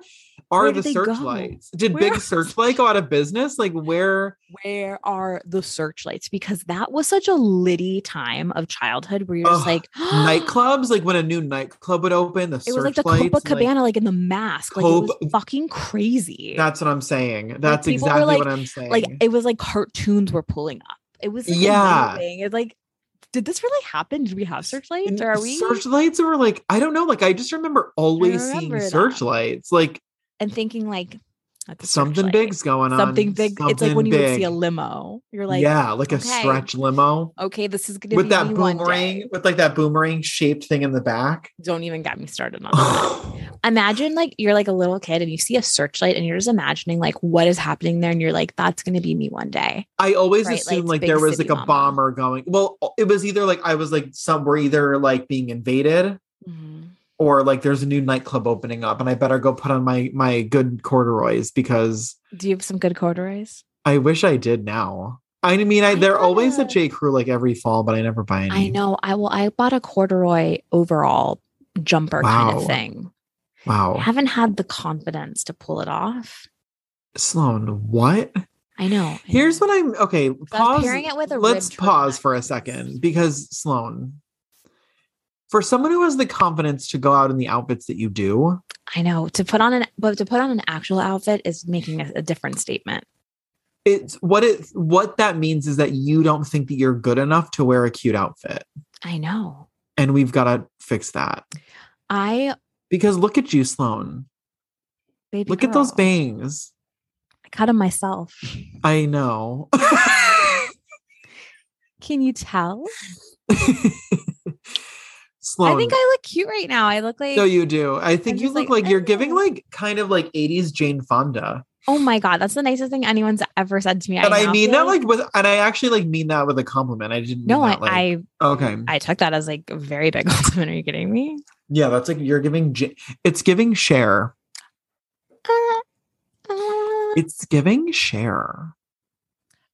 S2: are
S1: Where
S2: the
S1: did they go?
S2: searchlights did
S1: Where
S2: big
S1: are-
S2: searchlight go out of business like where
S1: Where are the searchlights? Because that was such a litty time of childhood where you're just
S2: Ugh,
S1: like
S2: nightclubs like when a new nightclub would open the
S1: It was like the
S2: searchlights, like,
S1: Copacabana, like, in the mask. Like it was
S2: Cope-
S1: fucking crazy.
S2: that's what i'm saying that's
S1: people were,
S2: exactly
S1: like-
S2: what i'm saying
S1: like it was like cartoons were pulling up. It was like,
S2: Yeah.
S1: amazing. It's like, did this really happen? Did we have searchlights? Or are we?
S2: searchlights were like i don't know like i just remember always
S1: remember that.
S2: seeing searchlights like
S1: and thinking like that's a
S2: something
S1: searchlight.
S2: big's going on. um,
S1: something big. it's like
S2: Something
S1: when you would see a
S2: big.
S1: limo. You're like,
S2: yeah, like
S1: okay.
S2: a stretch limo
S1: okay, this is gonna
S2: with
S1: be
S2: that
S1: me one day.
S2: boomerang, with like that boomerang shaped thing in the back.
S1: Don't even get me started on that. Imagine like you're like a little kid and you see a searchlight and you're just imagining like what is happening there and you're like, that's gonna be me one day.
S2: I always
S1: Bright
S2: assumed
S1: lights,
S2: like
S1: big
S2: there was
S1: city
S2: like a
S1: mama.
S2: bomber going. Well, it was either like I was like some were either like being invaded
S1: Mm-hmm.
S2: or like there's a new nightclub opening up and I better go put on my my good corduroys because
S1: Do you have some good corduroys?
S2: I wish I did now. I mean, I,
S1: I
S2: they're always
S1: gotta-
S2: at J Crew like every fall, but I never buy any.
S1: I know. I will I bought a corduroy overall jumper kind
S2: Wow.
S1: of thing. I
S2: Wow,
S1: haven't had the confidence to pull it off.
S2: Sloan, what?
S1: I know. I
S2: Here's
S1: know.
S2: what I'm okay. Pause.
S1: pairing it with a
S2: let's
S1: ribbed turtleneck.
S2: pause for a second because Sloan, for someone who has the confidence to go out in the outfits that you do,
S1: I know to put on an but to put on an actual outfit is making a, a different statement.
S2: it's what it what that means is that you don't think that you're good enough to wear a cute outfit,
S1: I know.
S2: and we've got to fix that
S1: I
S2: because look at you, Sloan.
S1: baby
S2: Look at those
S1: girl,
S2: bangs.
S1: I cut them myself.
S2: I know.
S1: Can you tell?
S2: Sloan.
S1: I think I look cute right now. I look like
S2: no, you do. I think
S1: I'm
S2: you
S1: just
S2: look
S1: like, "Mm,
S2: like,
S1: I
S2: you're giving
S1: know.
S2: like kind of like 80s Jane Fonda.
S1: oh my god, that's the nicest thing anyone's ever said to me.
S2: and I,
S1: now
S2: mean
S1: feel
S2: that like with, and I actually like mean that with a compliment. I didn't. Mean
S1: no, I,
S2: that, like,
S1: I
S2: Okay.
S1: I took that as like a very big compliment. Are you kidding me?
S2: yeah, that's like you're giving. J- It's giving share.
S1: Uh, uh.
S2: It's giving share.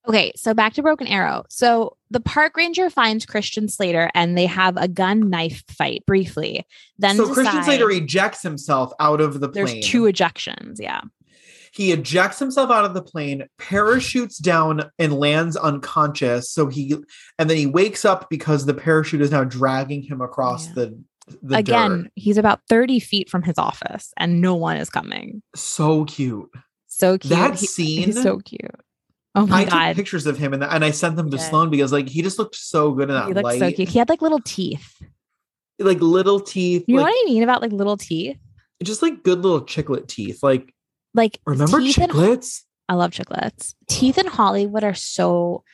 S1: Okay, so back to Broken Arrow. So the park ranger finds Christian Slater and they have a gun knife fight briefly. Then
S2: so Christian
S1: decide-
S2: Slater ejects himself out of the plane.
S1: there's two e ejections, yeah.
S2: He ejects himself out of the plane, parachutes down, and lands unconscious. So he, and then he wakes up because the parachute is now dragging him across
S1: Yeah.
S2: the the
S1: Again,
S2: dirt.
S1: he's about 30 feet from his office and no one is coming. So
S2: So cute.
S1: cute.
S2: That
S1: He-
S2: scene.
S1: He's so cute. Oh my
S2: I took
S1: god.
S2: pictures of him and, and I sent them to
S1: Yeah.
S2: Sloan because like he just looked so good in that
S1: He looks
S2: light.
S1: so cute. He had like little teeth.
S2: like little teeth,
S1: You know
S2: like
S1: what I mean about like little teeth?
S2: just like good little chiclet teeth. Like
S1: Like
S2: remember
S1: teeth in-
S2: chiclets?
S1: I love chiclets. Teeth in Hollywood are so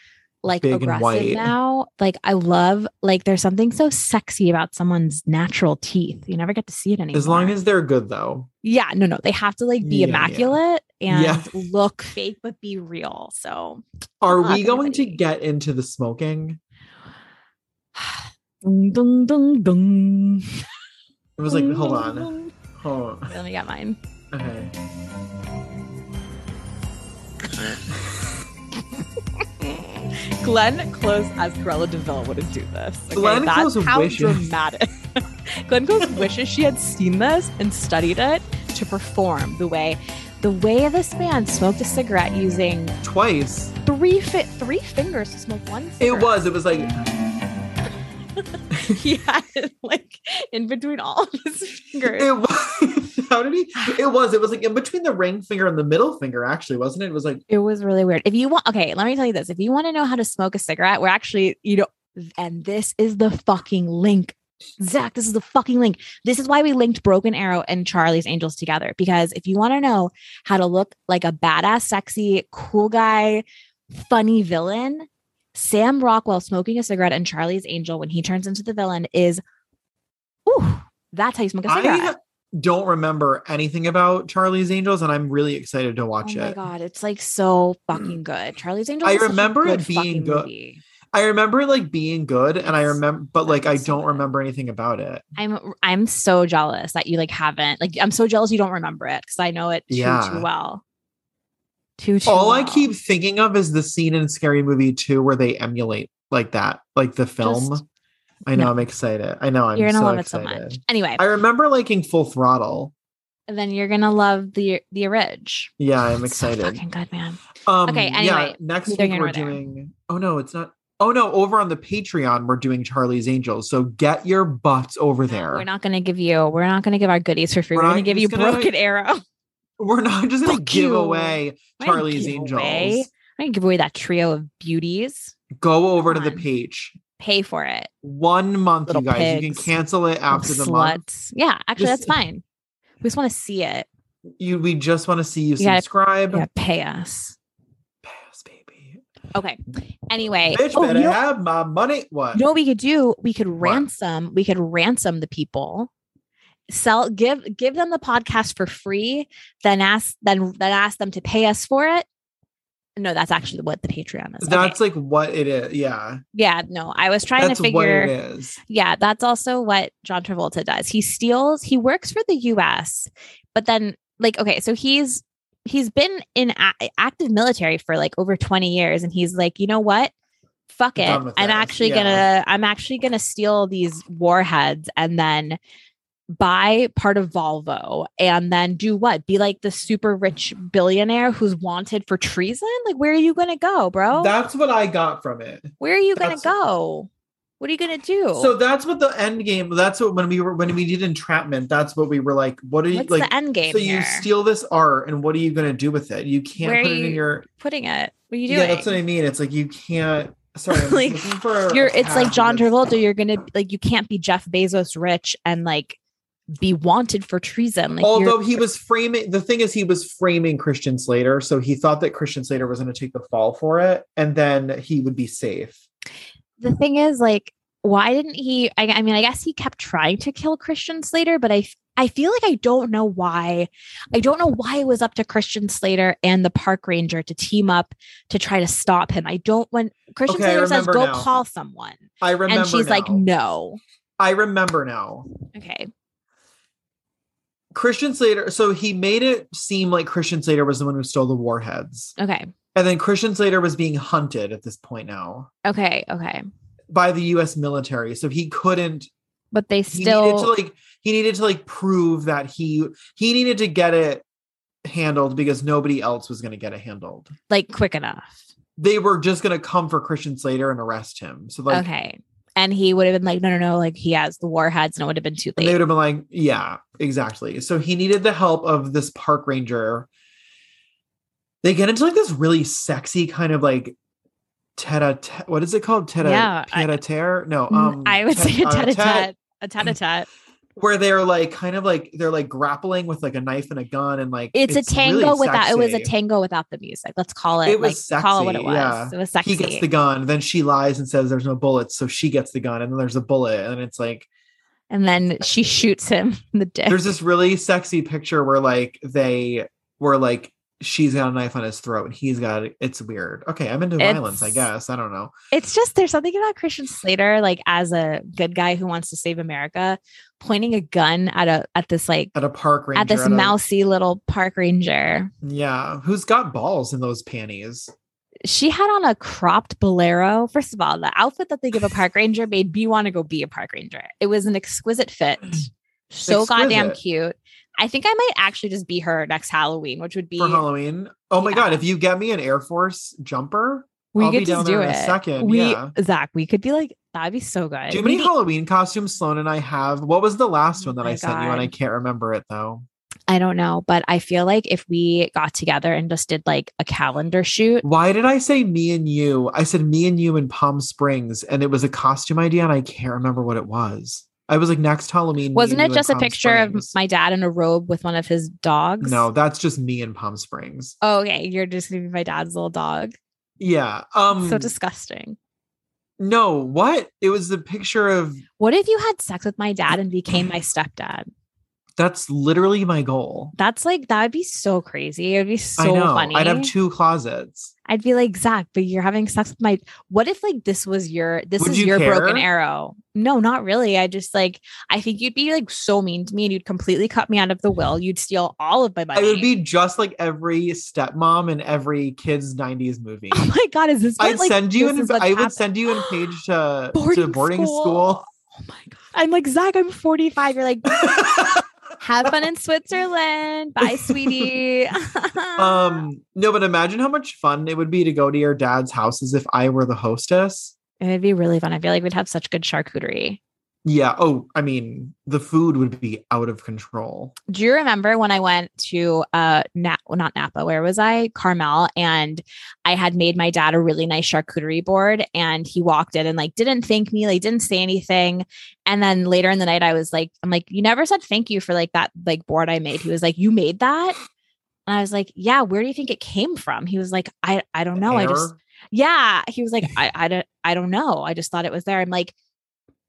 S1: like
S2: Big and
S1: aggressive
S2: white.
S1: now. Like I love like there's something so sexy about someone's natural teeth. You never get to see it anymore.
S2: As long as they're good though.
S1: yeah, no, no, they have to like be
S2: Yeah, yeah.
S1: immaculate and
S2: Yeah.
S1: look fake but be real. So
S2: Are
S1: Not
S2: we going to
S1: everybody.
S2: get into the smoking?
S1: dun, dun, dun, dun.
S2: It was like, hold
S1: Mm.
S2: on. Hold on.
S1: Let me get mine.
S2: Okay.
S1: Mm. Glenn Close as Cruella Deville wouldn't do this. Okay?
S2: Glenn
S1: That's
S2: Close
S1: how
S2: wishes.
S1: dramatic. Glenn Close wishes she had seen this and studied it to perform the way the way this man smoked a cigarette using
S2: Twice.
S1: three fit three fingers to smoke one
S2: It
S1: cigarette.
S2: was. It was like,
S1: he had it like in between all of his fingers.
S2: it was. How did he? It was. It was like in between the ring finger and the middle finger, actually, wasn't it? It was like,
S1: It was really weird. If you want, okay, let me tell you this. If you want to know how to smoke a cigarette, we're actually, you know, and this is the fucking link. Zach, this is the fucking link. This is why we linked Broken Arrow and Charlie's Angels together. Because if you want to know how to look like a badass, sexy, cool guy, funny villain, Sam Rockwell smoking a cigarette and Charlie's Angel when he turns into the villain is, ooh, that's how you smoke a cigarette.
S2: I don't remember anything about Charlie's Angels, and I'm really excited to watch
S1: oh
S2: it. Mm.
S1: my god, it's like so fucking good. Charlie's Angels.
S2: I
S1: is such a
S2: remember it
S1: good
S2: being
S1: fucking
S2: good.
S1: movie.
S2: I remember it like being good, and I
S1: Yes.
S2: remember, but like I
S1: That's so
S2: don't
S1: good.
S2: remember anything about it.
S1: I'm I'm so jealous that you like haven't like I'm so jealous you don't remember it because I know it too
S2: Yeah.
S1: too well. Too too.
S2: All I
S1: well.
S2: keep thinking of is the scene in Scary Movie 2 where they emulate like that, like the film.
S1: Just-
S2: I know
S1: no.
S2: I'm excited. I know I'm
S1: you're gonna
S2: so
S1: love
S2: excited.
S1: it so much. Anyway,
S2: I remember liking Full Throttle.
S1: then you're gonna love the the Ridge.
S2: Yeah, I'm
S1: It's so
S2: excited.
S1: fucking good, man.
S2: um,
S1: Okay,
S2: yeah,
S1: anyway,
S2: next
S1: neither
S2: week
S1: here
S2: we're
S1: nor there.
S2: doing. Oh no, it's not. Oh no, over on the Patreon we're doing Charlie's Angels. So get your butts over there.
S1: We're not gonna give you. We're not gonna give our goodies for free.
S2: We're
S1: We're,
S2: not
S1: gonna give you
S2: just gonna-
S1: Broken Arrow.
S2: We're not just gonna
S1: Fuck
S2: give
S1: you.
S2: away
S1: I didn't
S2: Charlie's
S1: give
S2: Angels.
S1: away- I didn't give away that trio of beauties.
S2: Go over
S1: Come
S2: to the
S1: on.
S2: page.
S1: Pay for it.
S2: One month,
S1: Little
S2: you guys. You can
S1: pigs.
S2: cancel it after the
S1: Sluts.
S2: month.
S1: Yeah, actually, that's
S2: Just-
S1: fine. We just want to see it.
S2: You we just want to see you
S1: You gotta-
S2: subscribe.
S1: Yeah, pay us.
S2: Pass, baby.
S1: Okay. Anyway,
S2: Bitch,
S1: oh, you
S2: better
S1: know-
S2: have my money. What?
S1: You know what we could do? We could ransom. We could ransom the people. Sell, give, give them the podcast for free. Then ask, then then ask them to pay us for it. No, that's actually what the Patreon is. Okay.
S2: That's like what it is. Yeah.
S1: yeah. No, I was trying
S2: That's
S1: to
S2: what it
S1: figure.
S2: is.
S1: Yeah, that's also what John Travolta does. He steals. He works for the U.S., but then like okay, so he's he's been in a- active military for like over twenty years, and he's like, you know what? Fuck it.
S2: Done
S1: I'm
S2: with this,
S1: actually
S2: yeah.
S1: gonna I'm actually gonna steal these warheads and then buy part of Volvo and then do what? Be like the super rich billionaire who's wanted for treason? Like where are you gonna go, bro?
S2: That's what I got from it.
S1: where are you gonna
S2: that's-
S1: go? What are you gonna do?
S2: So that's what the end game. That's what when we were when we did entrapment. That's what we were like. What are you
S1: What's
S2: like?
S1: the end game?
S2: so
S1: here?
S2: you steal this art, and what are you going to do with it? You can't
S1: Where
S2: put
S1: are
S2: it in
S1: you
S2: your.
S1: putting it? What are you doing?
S2: Yeah, that's what I mean. It's like you can't. Sorry, I'm
S1: Like,
S2: looking for a
S1: you're it's like
S2: path
S1: John
S2: that's-
S1: Travolta. You're gonna like you can't be Jeff Bezos rich and like be wanted for treason. Like
S2: Although
S1: you're-
S2: he was framing the thing is he was framing Christian Slater, so he thought that Christian Slater was going to take the fall for it, and then he would be safe.
S1: the thing is like why didn't he? I, I mean, I guess he kept trying to kill Christian Slater, but I f- I feel like I don't know why. I don't know why it was up to Christian Slater and the park ranger to team up to try to stop him. I don't when Christian
S2: Okay, I
S1: Slater says
S2: remember
S1: go
S2: now.
S1: call someone,
S2: I remember.
S1: and she's
S2: now.
S1: like no.
S2: I remember now.
S1: Okay,
S2: Christian Slater. So he made it seem like Christian Slater was the one who stole the warheads,
S1: okay,
S2: and then Christian Slater was being hunted at this point now
S1: okay, okay.
S2: by the U.S. military. So he couldn't.
S1: But they
S2: He
S1: still
S2: needed to like. He needed to like prove that he he needed to get it handled because nobody else was going to get it handled.
S1: like quick enough.
S2: They were just going to come for Christian Slater and arrest him. So like.
S1: okay. And he would have been like, no, no, no, like he has the warheads and it would have been too
S2: And they
S1: late.
S2: would have been like, yeah, exactly. So he needed the help of this park ranger. They get into like this really sexy kind of like tete a tete. What is it called? Tete
S1: Yeah,
S2: a
S1: I-
S2: pied a terre? No,
S1: Mm,
S2: um,
S1: I would say a tete a
S2: tete-a-tete,
S1: tete, a tete a tete.
S2: Where they're like kind of like they're like grappling with like a knife and a gun and like
S1: It's, a tango
S2: really
S1: without it was a
S2: sexy.
S1: tango without the music. Let's call it,
S2: It
S1: like
S2: was
S1: call it what it
S2: sexy,
S1: was.
S2: yeah.
S1: It was sexy.
S2: He gets the gun, then she lies and says there's no bullets, so she gets the gun, and then there's a bullet, and it's like
S1: and then she shoots him in the dick.
S2: There's this really sexy picture where like they were like she's got a knife on his throat and he's got it's weird. Okay, I'm into
S1: It's-
S2: violence, I guess. I don't know.
S1: it's just there's something about Christian Slater, like as a good guy who wants to save America, pointing a gun at a at this like
S2: At a park ranger
S1: at this
S2: a-
S1: mousy little park ranger.
S2: yeah, who's got balls in those panties?
S1: She had on a cropped bolero. First of all, the outfit that they give a park ranger made me want to go be a park ranger. It was an exquisite fit, so goddamn
S2: Exquisite.
S1: cute. I think I might actually just be her next Halloween, which would be
S2: for Halloween. Oh my
S1: Yeah.
S2: god, if you get me an Air Force jumper,
S1: we
S2: I'll
S1: get
S2: be
S1: to
S2: down
S1: do
S2: there in
S1: it.
S2: a second.
S1: we
S2: yeah.
S1: Zach, we could be like that'd be so good.
S2: Do you have any
S1: Maybe-
S2: Halloween costumes Sloan and I have? What was the last
S1: Uh, Oh
S2: one that
S1: my
S2: I sent you?
S1: God.
S2: And I can't remember it though.
S1: I don't know, but I feel like if we got together and just did like a calendar shoot,
S2: Why did I say me and you? I said me and you in Palm Springs, and it was a costume idea, and I can't remember what it was. I was like, next Halloween. me
S1: wasn't
S2: and
S1: it
S2: you in
S1: just a
S2: Palm
S1: picture
S2: Springs.
S1: of my dad in a robe with one of his dogs?
S2: No, that's just me in Palm Springs.
S1: Oh, okay, you're just gonna be my dad's little dog.
S2: Yeah. Um.
S1: so disgusting.
S2: no, what? It was the picture of.
S1: What if you had sex with my dad and became my stepdad?
S2: That's literally my goal.
S1: That's like that would be so crazy. It would be so
S2: I know.
S1: funny.
S2: I'd have two closets.
S1: I'd be like Zach, but you're having sex with my. What if like this was your this
S2: Would
S1: is
S2: you
S1: your broken
S2: care?
S1: arrow? No, not really. I just like I think you'd be like so mean to me, and you'd completely cut me out of the will. You'd steal all of my money.
S2: I would be just like every stepmom in every kids '90s movie.
S1: Oh my god, is this? what,
S2: I'd
S1: like,
S2: send you
S1: this
S2: in.
S1: is what's
S2: I would
S1: happened?
S2: send you in page to
S1: Boarding
S2: to boarding
S1: school.
S2: school.
S1: Oh my god, I'm like Zach. I'm 45. You're like, have fun in Switzerland. Bye, sweetie.
S2: um, no, but imagine how much fun it would be to go to your dad's houses if I were the hostess.
S1: it would be really fun. I feel like we'd have such good charcuterie.
S2: Yeah. Oh, I mean, the food would be out of control.
S1: do you remember when I went to uh Na- well, not Napa, where was I? Carmel and I had made my dad a really nice charcuterie board and he walked in and like didn't thank me, like didn't say anything. And then later in the night I was like I'm like you never said thank you for like that like board I made. He was like you made that? And I was like, "Yeah, where do you think it came from?" He was like, "I I don't know. I just
S2: Air.
S1: yeah he was like I, I don't i don't know i just thought it was there i'm like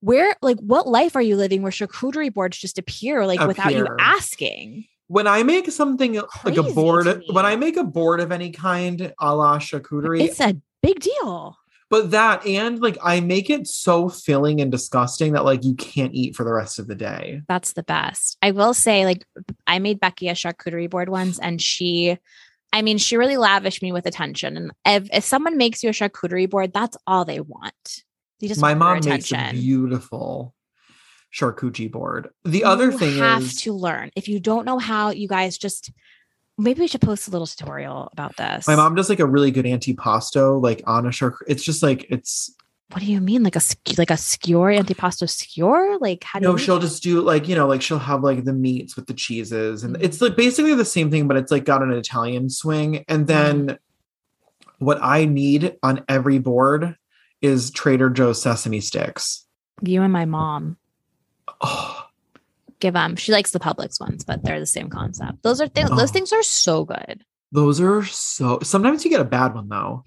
S1: where like what life are you living where charcuterie boards just appear like without you
S2: Appear.
S1: asking
S2: when I make something like a
S1: Crazy to
S2: board.
S1: me.
S2: When I make a board of any kind, a la charcuterie,
S1: it's a big deal
S2: But that and like I make it so filling and disgusting that like you can't eat for the rest of the day.
S1: that's the best i will say like i made becky a charcuterie board once and she i mean she really lavished me with attention and if, if someone makes you a charcuterie board that's all they want they just
S2: My
S1: want your
S2: mom makes a
S1: attention
S2: beautiful charcuterie board. The other
S1: you
S2: thing
S1: have
S2: is
S1: to learn if you don't know how you guys just maybe we should post a little tutorial about this
S2: my mom does like a really good antipasto like on a charc. It's just like it's
S1: what do you mean like a sk- like a skewer antipasto skewer like how do
S2: no,
S1: you
S2: she'll just do like you know like she'll have like the meats with the cheeses and it's like basically the same thing, but it's like got an Italian swing. And then what I need on every board is Trader Joe's sesame sticks.
S1: you and my mom
S2: Oh.
S1: give them she likes the Publix ones but they're the same concept those are th- those
S2: Oh.
S1: things are so good
S2: Those are so. Sometimes you get a bad one though.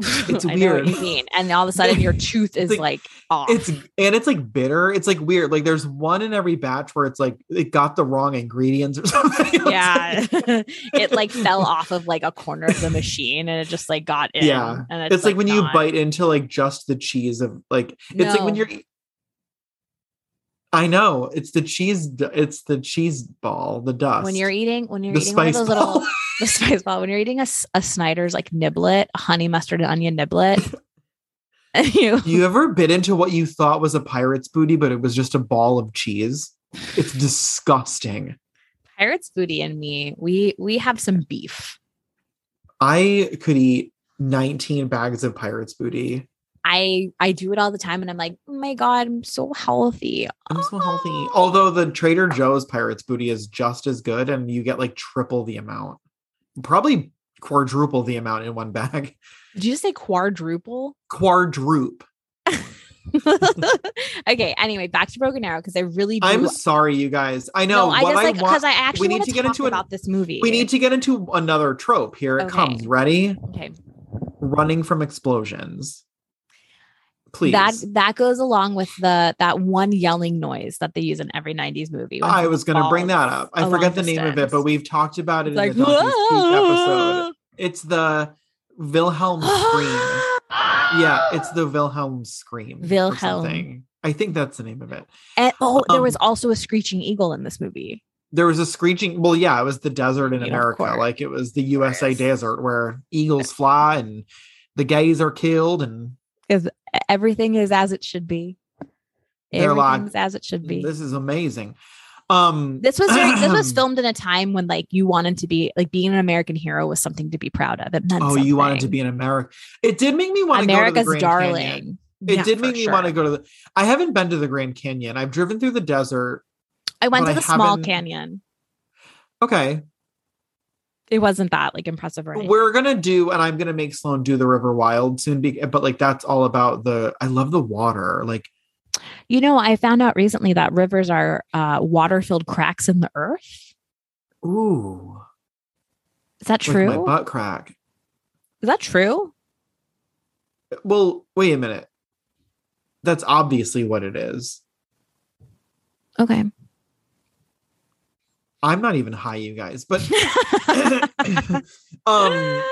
S2: It's
S1: I know what
S2: weird.
S1: you mean and all of a sudden your tooth is
S2: like-
S1: like, off
S2: It's and it's like bitter. It's like weird. Like there's one in every batch where it's like it got the wrong ingredients or something.
S1: yeah it like fell off of like a corner of the machine and it just like got in
S2: Yeah.
S1: and
S2: It's, like, when you
S1: not-
S2: bite into like just the cheese of like it's like when
S1: No.
S2: you're. e-, I know it's the cheese. d- It's the cheese ball. The dust.
S1: when you're eating when you're
S2: the
S1: eating one of
S2: spice
S1: those
S2: ball.
S1: little the spice ball when you're eating a, s- a Snyder's like niblet a honey mustard and onion niblet and you
S2: you ever bit into what you thought was a pirate's booty, but it was just a ball of cheese? It's disgusting.
S1: Pirates Booty and me, we we have some beef.
S2: I could eat 19 bags of pirate's booty.
S1: I I do it all the time, and I'm like, oh my god, I'm so healthy.
S2: I'm so healthy.
S1: Oh.
S2: Although the Trader Joe's Pirates Booty is just as good, and you get like triple the amount, probably quadruple the amount in one bag.
S1: Did you just say quadruple?
S2: Quadruple.
S1: okay. Anyway, back to Broken Arrow because I really do.
S2: I'm sorry, you guys. I know
S1: no, I
S2: what
S1: just like
S2: I want.
S1: because I actually
S2: need
S1: want
S2: to
S1: to
S2: get
S1: get
S2: into an-
S1: about this movie.
S2: we need to get into another trope. Here it
S1: Okay.
S2: comes. Ready?
S1: Okay.
S2: Running from explosions. Please.
S1: That that goes along with the that one yelling noise that they use in every 90s movie. when
S2: I was going to
S1: someone
S2: bring that
S1: falls
S2: up. I
S1: a
S2: forget the
S1: long
S2: name of it,
S1: distance.
S2: but we've talked about it
S1: It's
S2: in
S1: like
S2: the Dante's Peak episode.
S1: "Whoa!"
S2: It's the Wilhelm scream. Yeah, it's the Wilhelm scream. or
S1: Wilhelm.
S2: something. I think that's the name of it.
S1: And oh, there was
S2: Um,
S1: also a screeching eagle in this movie.
S2: There was a screeching. Well, yeah, it was the desert in
S1: I mean, of
S2: America.
S1: course.
S2: Like it was the USA
S1: course.
S2: desert where eagles fly and the gays are killed and
S1: E, Everything is as it should be.
S2: They're like,
S1: Everything's as it should be.
S2: this is amazing. Um
S1: This was during, this was filmed in a time when like you wanted to be like being an American hero was something to be proud of. It meant
S2: Oh, you wanted to
S1: something.
S2: be in America. It did make me want to go to the
S1: America's
S2: Grand
S1: darling.
S2: Canyon. It
S1: Yeah,
S2: did
S1: for
S2: make me
S1: sure.
S2: want to go to the. I haven't been to the Grand Canyon. I've driven through the desert.
S1: I went to
S2: but I
S1: the small
S2: haven't-
S1: canyon.
S2: Okay,
S1: It wasn't that like impressive or anything.
S2: we're gonna do, and I'm gonna make Sloan do the River Wild soon. Be, but like that's all about the. I love the water. Like
S1: You know, I found out recently that rivers are uh, water filled cracks in the earth.
S2: ooh,
S1: Is that
S2: like my
S1: true?
S2: butt crack.
S1: Is that true?
S2: Well, wait a minute. That's obviously what it is.
S1: Okay.
S2: I'm not even high, you guys. But um,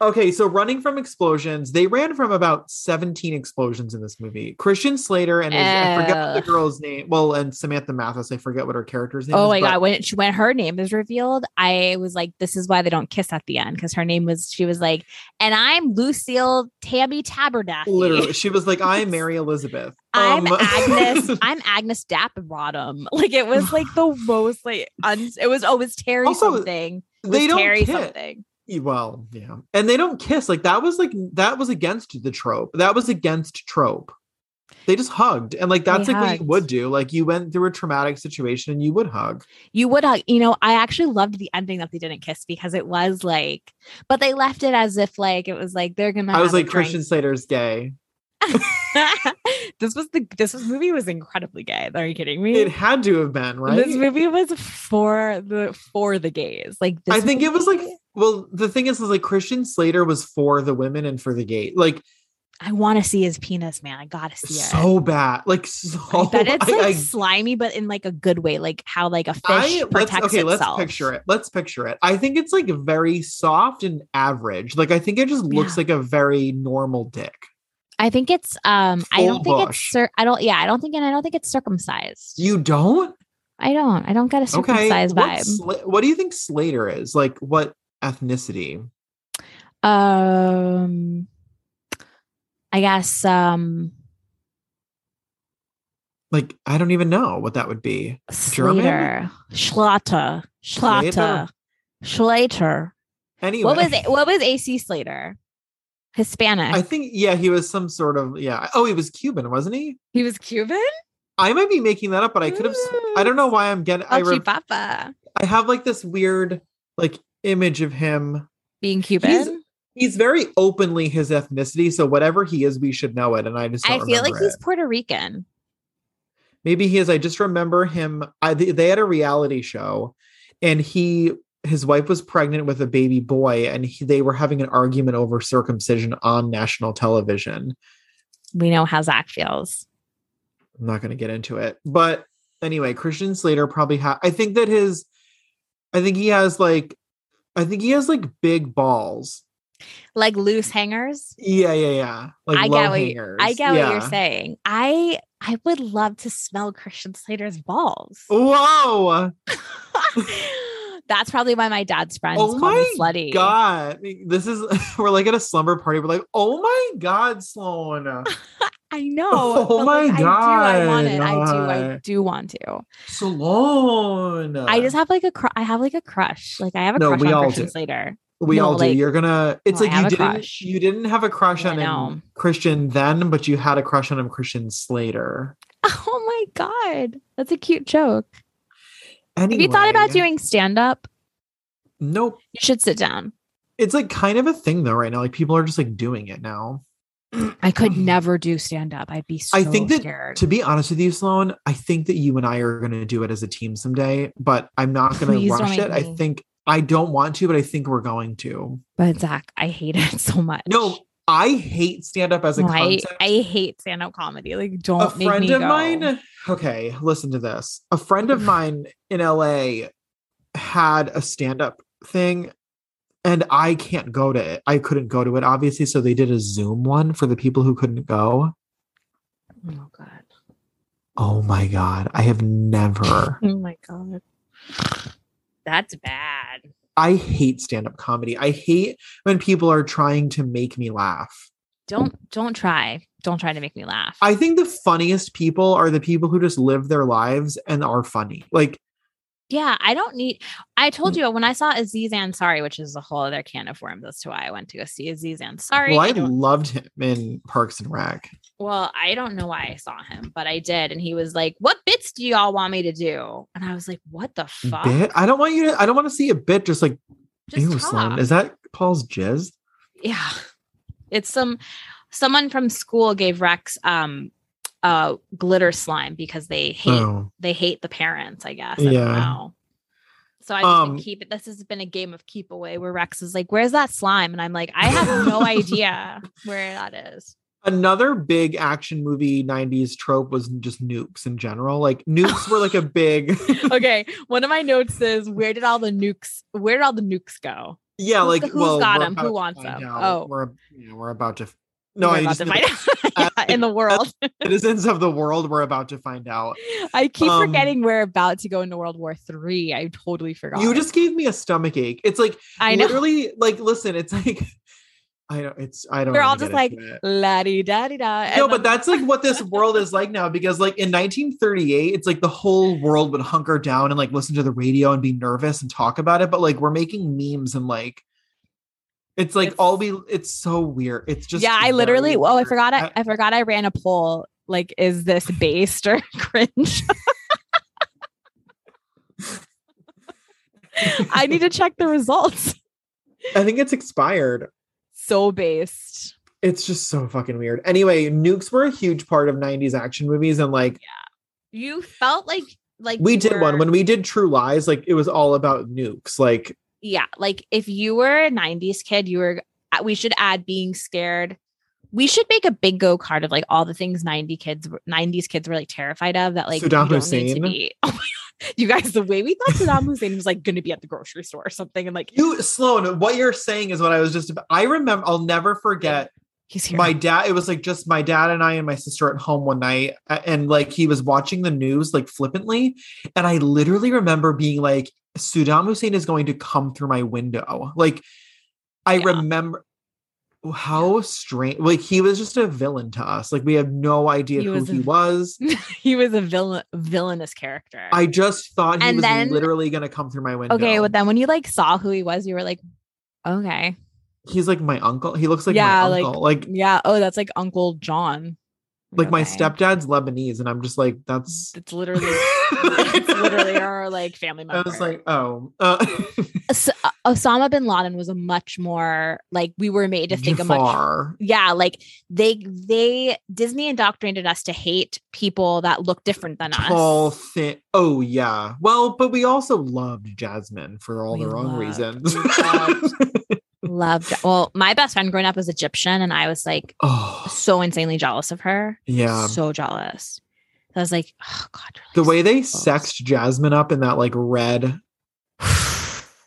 S2: okay, so running from explosions, they ran from about 17 explosions in this movie. Christian Slater and his, I forget the
S1: Ugh.
S2: girl's name. Well, and Samantha Mathis, I forget what her character's name.
S1: oh
S2: is,
S1: my
S2: but-
S1: god, when she, when her name is revealed, I was like, this is why they don't kiss at the end because her name was she was like, and I'm Lucille Tammy Tabernacle.
S2: Literally, she was like, "I am Mary Elizabeth."
S1: I'm
S2: Um,
S1: Agnes. I'm Agnes Daprodum. Like it was like the most like un- it was oh it was Terry
S2: Also,
S1: something. It was
S2: they don't
S1: Terry
S2: kiss.
S1: something.
S2: E, Well, yeah, and they don't kiss. Like that was like that was against the trope. That was against trope. They just hugged, and like that's like what you
S1: hugged.
S2: would do. Like you went through a traumatic situation, and you would hug.
S1: You would hug. You know, I actually loved the ending that they didn't kiss because it was like, but they left it as if like it was like they're gonna.
S2: I was
S1: have a
S2: like, Christian Slater's gay.
S1: drink. this was the this was, movie was incredibly gay. Are you kidding me?
S2: It had to have been right.
S1: This movie was for the for the gays. Like this
S2: I think it was like.
S1: movie-
S2: Well, the thing is, is like Christian Slater was for the women and for the gay. Like
S1: I want to see his penis, man. I gotta see it.
S2: so bad, like so.
S1: I bet it's
S2: I-
S1: like
S2: I
S1: slimy, but in like a good way, like how like a fish
S2: let's,
S1: protects
S2: okay,
S1: itself.
S2: let's picture it. Let's picture it. I think it's like very soft and average. Like I think it just looks
S1: Yeah.
S2: like a very normal dick.
S1: I think it's um I don't
S2: Full
S1: think it's
S2: bush.
S1: cir- I don't yeah, I don't think and I don't think it's circumcised.
S2: You don't?
S1: I don't. I don't get a
S2: Okay.
S1: circumcised
S2: what,
S1: vibe.
S2: Sla- what do you think Slater is? Like what ethnicity?
S1: Um I guess um
S2: Like I don't even know what that would be. German?
S1: Slater. Schlatter. Schlatter.
S2: Schlatter?
S1: Schlater.
S2: Anyway,
S1: What was what was AC Slater? Hispanic.
S2: I think yeah, he was some sort of yeah. Oh, he was Cuban, wasn't he?
S1: he was Cuban?
S2: I might be making that up, but I could have. I don't know why I'm getting. I,
S1: Oh,
S2: re-
S1: Papa.
S2: I have like this weird like image of him
S1: Being Cuban.
S2: he's very openly his ethnicity so whatever he is we should know it and i just
S1: I
S2: don't
S1: feel like
S2: remember
S1: he's
S2: it.
S1: Puerto Rican.
S2: maybe he is i just remember him i th- they had a reality show and he his wife was pregnant with a baby boy and he, they were having an argument over circumcision on national television
S1: We know how Zach feels.
S2: i'm not going to get into it but anyway christian slater probably ha i think that his i think he has like i think he has like big balls
S1: Like loose hangers.
S2: yeah yeah yeah like
S1: I
S2: low
S1: get what you-
S2: hangers.
S1: I get what
S2: Yeah.
S1: you're saying. I I would love to smell Christian Slater's balls.
S2: Oh. whoa
S1: That's probably why my dad's friends
S2: Oh
S1: call me
S2: my
S1: slutty.
S2: God, this is we're like at a slumber party. We're like, oh my God, Sloan.
S1: I know. but,
S2: Oh my
S1: like, I do. I want it. I do. I
S2: God.
S1: do want to.
S2: Sloan.
S1: I just have like a cru- I have like a crush. Like I have a
S2: No,
S1: crush
S2: we
S1: on
S2: all
S1: Christian
S2: do.
S1: Slater.
S2: we
S1: no,
S2: all do.
S1: like,
S2: You're gonna it's
S1: no, I
S2: like
S1: have
S2: you
S1: a
S2: didn't
S1: crush.
S2: you didn't have a crush
S1: I
S2: on
S1: know.
S2: him Christian then, but you had a crush on him Christian Slater.
S1: Oh my god, that's a cute joke.
S2: Anyway,
S1: Have you thought about doing stand up?
S2: nope.
S1: You should sit down.
S2: It's like kind of a thing though right now. Like people are just like doing it now.
S1: I could never do stand up. I'd be so
S2: Oh. I think that-
S1: scared.
S2: To be honest with you, Sloan, I think that you and I are going to do it as a team someday, but I'm not going
S1: Please
S2: to
S1: don't
S2: rush
S1: make
S2: it. I
S1: me.
S2: think I don't want to, but I think we're going to.
S1: But Zach, I hate it so much.
S2: No, I hate stand up as a
S1: No, I,
S2: concept.
S1: I hate stand up comedy. Like, don't
S2: a
S1: make
S2: friend
S1: me
S2: of
S1: go. Oh
S2: mine okay listen to this a friend of mine in la had a stand-up thing and i can't go to it i couldn't go to it obviously so they did a zoom one for the people who couldn't go
S1: Oh god.
S2: oh my god i have never
S1: Oh my god. That's bad.
S2: i hate stand-up comedy i hate when people are trying to make me laugh
S1: Don't don't try. Don't try to make me laugh.
S2: i think the funniest people are the people who just live their lives and are funny like
S1: Yeah, I don't need. I
S2: Mm.
S1: told you when I saw Aziz Ansari, which is a whole other can of worms. That's why I went to go see Aziz Ansari.
S2: well
S1: I
S2: i
S1: don't-
S2: loved him in parks and rec
S1: well, I don't know why I saw him, but I did, and he was like, "What bits do y'all want me to do?" And I was like, "What the fuck?"
S2: bit. I don't want you to. I don't want to see a bit just like
S1: Just
S2: ew, Sloan.
S1: talk.
S2: Is that Paul's jizz?
S1: yeah, it's some someone from school gave Rex um uh glitter slime because they hate
S2: Oh,
S1: they hate the parents, I guess. I
S2: Yeah.
S1: don't know. So I just been
S2: Um,
S1: keep it. This has been a game of keep away where Rex is like, "Where's that slime?" And I'm like, "I have no idea where that is."
S2: another big action movie '90s trope was just nukes in general. Like nukes were like a big
S1: Okay, one of my notes is, "Where did all the nukes? Where did all the nukes go?"
S2: yeah.
S1: Who's
S2: Like
S1: the- who's
S2: well,
S1: got
S2: we're
S1: 'em? Who
S2: about to
S1: wants
S2: find
S1: 'em?
S2: out.
S1: Oh.
S2: we're you know, we're about to. f- No,
S1: We're
S2: I
S1: about
S2: just
S1: to
S2: know
S1: find out. Yeah, in the world.
S2: citizens of the world. We're about to find out.
S1: I keep
S2: Um,
S1: forgetting we're about to go into World War Three. I totally forgot.
S2: You just gave me a stomach ache. It's like
S1: I know.
S2: literally like listen. It's like I don't. It's I don't.
S1: We're
S2: know
S1: all
S2: how
S1: just
S2: to get
S1: like
S2: into it.
S1: la di da di da.
S2: no, but that's like what this world is like now because like in 1938, it's like the whole world would hunker down and like listen to the radio and be nervous and talk about it. But like we're making memes and like it's like
S1: It's-
S2: all we it's so weird. It's just
S1: yeah, I
S2: very
S1: literally. Oh, I
S2: weird.
S1: forgot. I, I forgot. I ran a poll. Like, is this based or cringe? I need to check the results.
S2: I think it's expired.
S1: So based.
S2: It's just so fucking weird. Anyway, nukes were a huge part of 90s action movies and like
S1: You felt like like
S2: we
S1: you
S2: did one
S1: were-
S2: when we did True Lies, like it was all about nukes. Like
S1: yeah, like if you were a '90s kid, you were. uh, We should add being scared. We should make a big go card of like all the things 90 kids, were- 90s kids were like terrified of that, like you
S2: Saddam
S1: don't need to
S2: Hussein.
S1: be. Oh my God. You guys, the way we thought Saddam Hussein was like going to be at the grocery store or something, and like
S2: you Sloan, what you're saying is what I was just about. I remember I'll never forget
S1: he's here.
S2: my dad it was like just my dad and i and my sister at home one night a- and like he was watching the news like flippantly and i literally remember being like saddam hussein is going to come through my window like i
S1: Yeah.
S2: remember how strange like he was just a villain to us like we have no idea
S1: He
S2: who
S1: was a-
S2: he was
S1: he was a villain villainous character.
S2: i just thought he
S1: And
S2: was
S1: then-
S2: literally going to come through my window
S1: okay, but then when you like saw who he was, you were like, okay,
S2: he's like my uncle he looks like
S1: Yeah,
S2: my
S1: like-
S2: uncle like like,
S1: yeah, oh, that's like Uncle John.
S2: my
S1: Okay.
S2: stepdad's lebanese and i'm just like that's
S1: It's literally, it's literally our like family member.
S2: I was like, oh, uh,
S1: Os- Osama bin Laden was a much more like we were made to think a much
S2: Jafar.
S1: yeah like they they disney indoctrinated us to hate people that look different than us
S2: Tall, thin. Oh yeah. Well, but we also loved Jasmine for all
S1: We
S2: the wrong
S1: loved-
S2: reasons.
S1: we loved- loved well my best friend growing up was egyptian and i was like
S2: oh
S1: so insanely jealous of her
S2: yeah.
S1: so jealous. I was like, oh god, you're
S2: The
S1: like
S2: way they
S1: so
S2: sexed Jasmine up in that like red.
S1: close."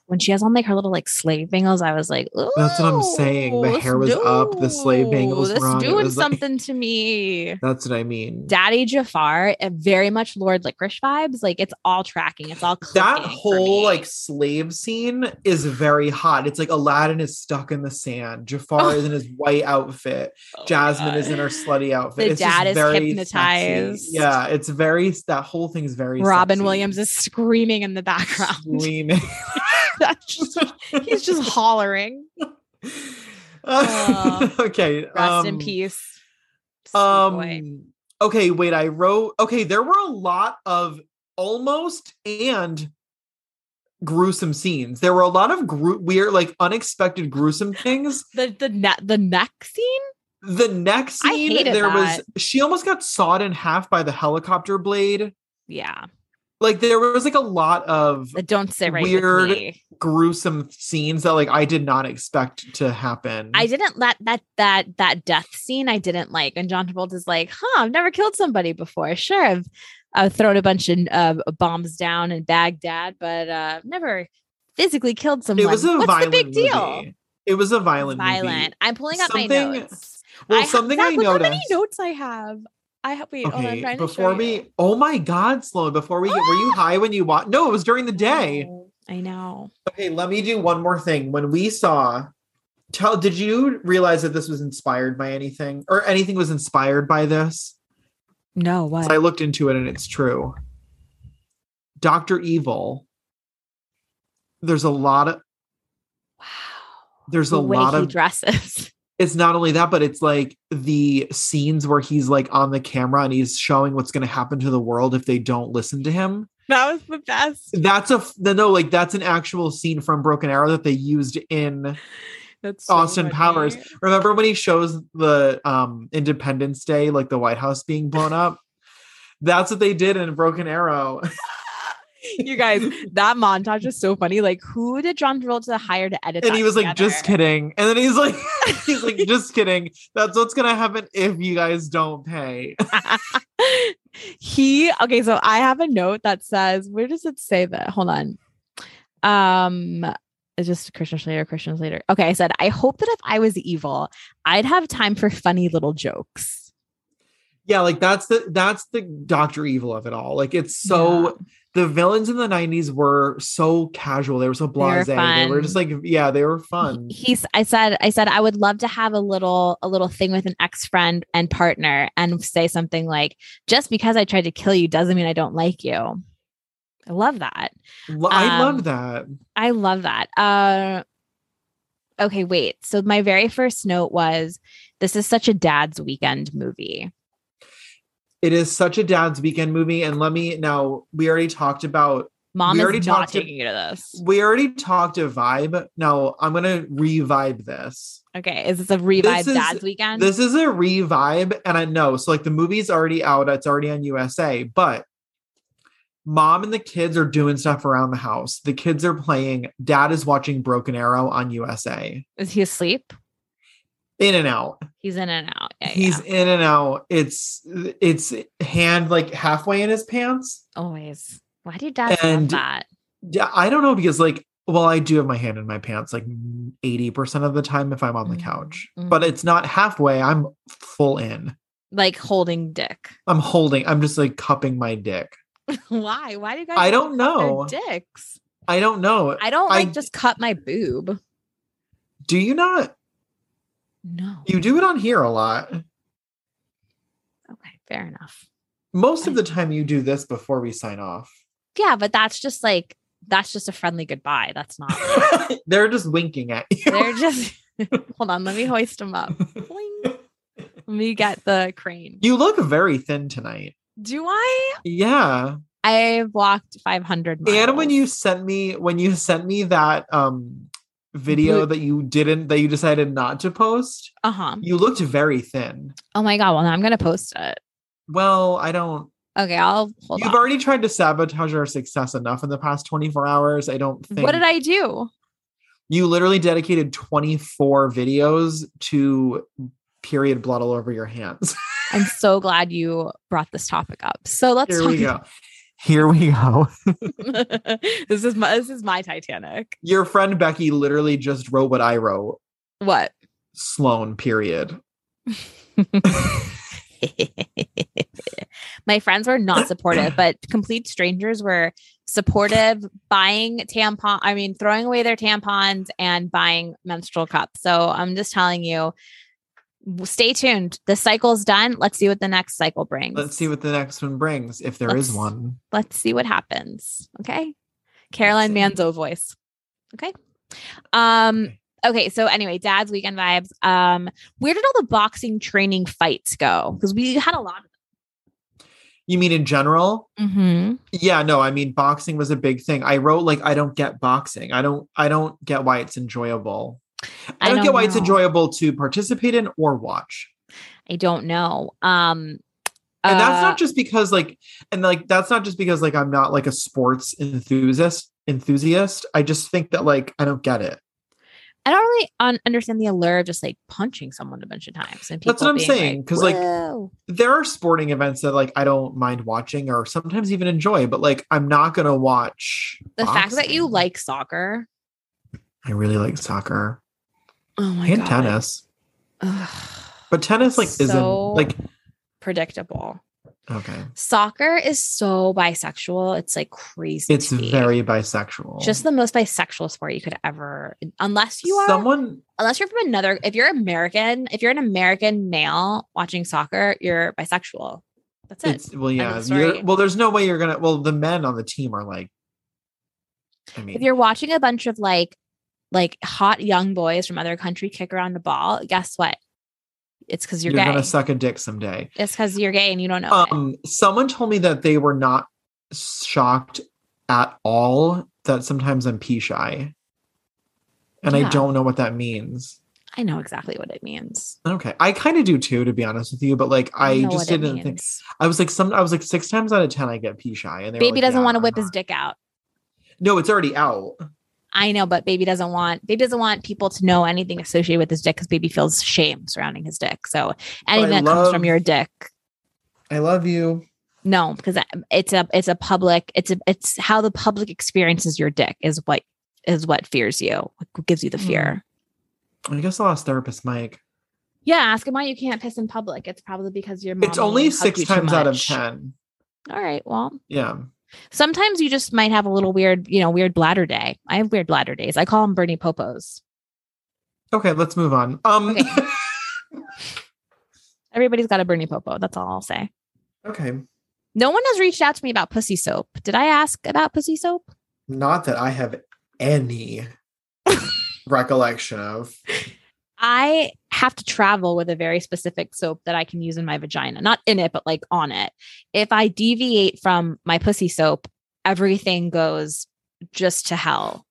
S1: when she has on like her little like slave bangles, I was like,
S2: That's what I'm saying. The
S1: "Ooh,
S2: hair
S1: this
S2: was up, the slave bangles
S1: dude,
S2: were
S1: This
S2: on. It
S1: doing
S2: was like-
S1: something to me.
S2: That's what I mean.
S1: Daddy Jafar, uh, very much Lord Licorice vibes. Like it's all tracking. It's all
S2: that
S1: clicking for
S2: whole
S1: me.
S2: like slave scene is very hot. It's like Aladdin is stuck in the sand. Jafar
S1: Oh.
S2: is in his white outfit.
S1: Oh my
S2: Jasmine
S1: God.
S2: is in her slutty outfit.
S1: The
S2: it's just
S1: dad is
S2: very
S1: hypnotized.
S2: sexy. Yeah, it's very that whole thing's very.
S1: Robin
S2: sexy.
S1: Williams is screaming in the background.
S2: screaming.
S1: That's just, he's just hollering.
S2: Uh, okay.
S1: Rest in
S2: um,
S1: peace. Sweet boy.
S2: Um. Okay. Wait. I wrote. Okay. There were a lot of almost and gruesome scenes. There were a lot of gru- weird, like unexpected, gruesome things.
S1: the the neck the neck scene.
S2: The next
S1: I
S2: scene,
S1: hated
S2: there
S1: that.
S2: was she almost got sawed in half by the helicopter blade.
S1: Yeah,
S2: Like there was like a lot of
S1: That don't sit right
S2: Weird.
S1: with me.
S2: gruesome scenes that like I did not expect to happen.
S1: I didn't let that that that death scene I didn't like. And John Travolta's like, huh, I've never killed somebody before. Sure, I've I've thrown a bunch of uh, bombs down in Baghdad, but uh never physically killed someone.
S2: it was a
S1: What's
S2: violent
S1: the big deal?
S2: movie. It was a violent, movie.
S1: Violent. I'm pulling up my
S2: Something-
S1: notes.
S2: Well,
S1: I ha-
S2: something
S1: Zach,
S2: I
S1: look
S2: noticed.
S1: How many notes I have? I have. Wait, hold on, I'm
S2: Okay,
S1: trying
S2: before
S1: to show
S2: we,
S1: you.
S2: oh my God, Sloan, before we get, were you high when you watched? No, it was during the day.
S1: Oh, I know.
S2: Okay, let me do one more thing. When we saw, tell, did you realize that this was inspired by anything or anything was inspired by this?
S1: No,
S2: 'Cause
S1: what?
S2: I looked into it and it's true. Dr. Evil, there's a lot of,
S1: wow.
S2: there's
S1: The
S2: a
S1: way
S2: lot
S1: he
S2: of,
S1: dresses.
S2: it's not only that, but it's like the scenes where he's like on the camera and he's showing what's going to happen to the world if they don't listen to him.
S1: that was the best.
S2: that's a no, no like that's an actual scene from broken arrow that they used in
S1: That's so
S2: austin
S1: funny.
S2: powers remember when he shows the um independence day like the white house being blown up that's what they did in broken arrow
S1: You guys, that montage is so funny. Like, who did John Travolta hire to edit?
S2: and
S1: that
S2: he was like just
S1: together?
S2: kidding and then he's like he's like just kidding that's what's gonna happen if you guys don't pay
S1: he okay. So I have a note that says, "Where does it say that?" Hold on. Um, it's just Christian Slater. Christian Slater. Okay, I said, I hope that if I was evil, I'd have time for funny little jokes.
S2: yeah like that's the that's the dr evil of it all like it's so
S1: Yeah.
S2: the villains in the 90s were so casual they were so blasé they were,
S1: fun.
S2: just like yeah they were
S1: He-
S2: fun
S1: He's I said I said I would love to have a little a little thing with an ex-friend and partner and say something like just because I tried to kill you doesn't mean I don't like you. I love that.
S2: Lo- I
S1: Um,
S2: love that.
S1: I love that. Uh Okay, wait. So my very first note was this is such a dad's weekend movie.
S2: It is such a dad's weekend movie. And let me now, we already talked about,
S1: Mom
S2: We already
S1: is not
S2: talked to-
S1: taking you to this.
S2: we already talked a vibe. Now I'm going to revive this.
S1: Okay, is this a revive
S2: is-
S1: dad's weekend?
S2: This is a revive. And I know. So, like, the movie's already out, it's already on USA, but mom and the kids are doing stuff around the house. The kids are playing. Dad is watching Broken Arrow on USA.
S1: is he asleep?
S2: In and out.
S1: He's in and out. Yeah,
S2: He's
S1: yeah.
S2: in and out. It's it's hand like halfway in his pants.
S1: always. Why do dads love
S2: And-
S1: that?
S2: Yeah, I don't know because like well, I do have my hand in my pants like 80% of the time if I'm on the
S1: Mhm,
S2: couch.
S1: mhm.
S2: But it's not halfway. I'm full in.
S1: Like holding dick.
S2: I'm holding. I'm just like cupping my dick.
S1: Why? Why do you guys?
S2: I don't
S1: cut their
S2: know.
S1: dicks.
S2: I don't know.
S1: I don't
S2: I-
S1: like just cut my boob.
S2: Do you not?
S1: No.
S2: You do it on here a lot.
S1: okay, fair enough.
S2: Most of
S1: I-
S2: the time you do this before we sign off.
S1: Yeah, but that's just like that's just a friendly goodbye. That's not.
S2: They're just winking at you.
S1: They're just. hold on, let me hoist them up. Boing. Let me get the crane.
S2: You look very thin tonight.
S1: Do I?
S2: Yeah.
S1: I've walked 500 miles.
S2: and when you sent me when you sent me that um
S1: Blue-
S2: video that you didn't that you decided not to post
S1: Uh huh.
S2: you looked very thin
S1: Oh my god. Well, now I'm gonna post it.
S2: well i don't
S1: Okay, I'll hold
S2: you've
S1: on.
S2: already tried to sabotage our success enough in the past 24 hours i don't think
S1: What did I do?
S2: you literally dedicated 24 videos to period blood all over your hands
S1: I'm so glad you brought this topic up. So let's
S2: here
S1: talk
S2: we go here we go
S1: this is my this is my Titanic.
S2: your friend becky literally just wrote what i wrote
S1: What?
S2: sloan period
S1: my friends were not supportive, but complete strangers were supportive, buying tampon. I mean, throwing away their tampons and buying menstrual cups. So I'm just telling you, w- stay tuned. The cycle's done. Let's see what the next cycle brings.
S2: let's see what the next one brings if there is
S1: Let's-
S2: one
S1: let's see what happens. Okay. Caroline
S2: Let's
S1: Manzo voice. Okay. Um
S2: Okay.
S1: okay, so anyway, dad's weekend vibes. Um where did all the boxing training fights go? Cuz we had a lot
S2: You mean in general?
S1: of them.
S2: Yeah, no, I mean boxing was a big thing. I wrote like I don't get boxing. I don't I don't get why it's enjoyable. I don't,
S1: I
S2: get
S1: don't
S2: why it's
S1: know.
S2: enjoyable to participate in or watch.
S1: I don't know. Um
S2: and that's
S1: Uh,
S2: not just because like and like that's not just because like i'm not like a sports enthusiast enthusiast i just think that like i don't get it
S1: I don't really un- understand the allure of just like punching someone a bunch of times. And people
S2: That's what I'm
S1: being
S2: saying, 'cause, like,
S1: "Whoa."
S2: there are sporting events that like i don't mind watching or sometimes even enjoy but like i'm not gonna watch
S1: the fact that you
S2: boxing.
S1: like soccer.
S2: i really like soccer
S1: Oh my
S2: and
S1: god,
S2: tennis
S1: Ugh,
S2: but tennis like
S1: So-
S2: isn't like
S1: predictable.
S2: okay
S1: Soccer is so bisexual. It's like crazy.
S2: it's
S1: to me.
S2: very bisexual
S1: just the most bisexual sport you could ever, unless you are
S2: someone
S1: unless you're from another if you're american if you're an american male watching soccer you're bisexual that's it
S2: it's well yeah
S1: of
S2: you're-
S1: story.
S2: well there's no way you're gonna well the men on the team are like i mean
S1: if you're watching a bunch of like like hot young boys from other country kick around the ball guess what it's because you're,
S2: you're
S1: gay
S2: gonna suck a dick someday
S1: it's because you're gay and you don't know it.
S2: um someone told me that they were not shocked at all that sometimes i'm pee shy and
S1: Yeah.
S2: i don't know what that means
S1: i know exactly what it means
S2: okay i kind of do too to be honest with you but like i,
S1: know
S2: just
S1: what it
S2: didn't think
S1: means.
S2: i was like some i was like six times out of ten i get pee shy and they were
S1: baby
S2: like,
S1: doesn't
S2: "Yeah,
S1: want to
S2: I'm
S1: whip his
S2: not."
S1: dick out
S2: no it's already out
S1: i know but baby doesn't want baby doesn't want people to know anything associated with his dick because baby feels shame surrounding his dick so anything that comes from
S2: love-
S1: your dick
S2: i love you
S1: No, because I- it's a it's a public it's a it's how the public experiences your dick is what is what fears you, what gives you the
S2: Hmm.
S1: fear.
S2: i guess i lost therapist mike
S1: Yeah, ask him why you can't piss in public. It's probably because your mom
S2: it's only
S1: hugged
S2: six
S1: you too
S2: times out of
S1: much.
S2: ten
S1: All right, well,
S2: yeah
S1: sometimes you just might have a little weird, you know, weird bladder day. I have weird bladder days. I call them Bernie Popos.
S2: okay let's move on um
S1: Okay. Everybody's got a Bernie Popo. That's all I'll say.
S2: okay.
S1: No one has reached out to me about pussy soap. Did I ask about pussy soap?
S2: Not that I have any recollection of.
S1: I have to travel with a very specific soap that I can use in my vagina, not in it, but like on it. If I deviate from my pussy soap, everything goes just to hell.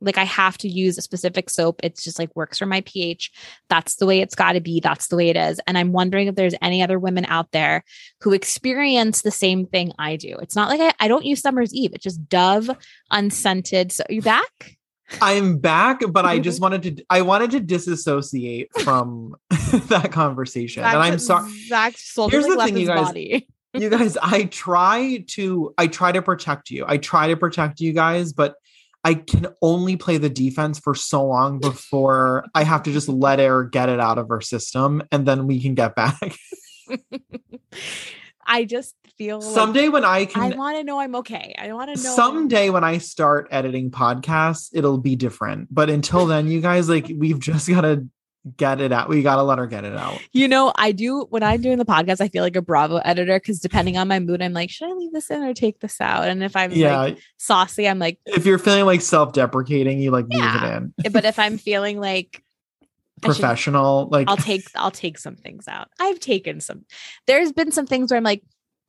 S1: Like I have to use a specific soap. It's just like works for my pH. That's the way it's got to be. That's the way it is. And I'm wondering if there's any other women out there who experience the same thing I do. It's not like I, I don't use Summer's Eve. It's just Dove unscented. So you back?
S2: I'm back, but I just wanted to I wanted to disassociate from that conversation. and I'm sorry. Here's the thing, you guys. You guys, I try to I try to protect you. I try to protect you guys, but I can only play the defense for so long before I have to just let her get it out of her system and then we can get back.
S1: I just feel like
S2: Someday when I
S1: I
S2: can
S1: want to know I'm okay. I want to know.
S2: someday when i start editing podcasts it'll be different but until then you guys like we've just got to get it out we got to let her get it out
S1: you know, I do when I'm doing the podcast, I feel like a Bravo editor because depending on my mood, I'm like, should I leave this in or take this out? And if I'm
S2: yeah
S1: like saucy, I'm like,
S2: if you're feeling like self-deprecating you like move
S1: Yeah.
S2: it in
S1: but if I'm feeling like I should-
S2: professional like
S1: I'll take I'll take some things out. I've taken some. There's been some things where I'm like,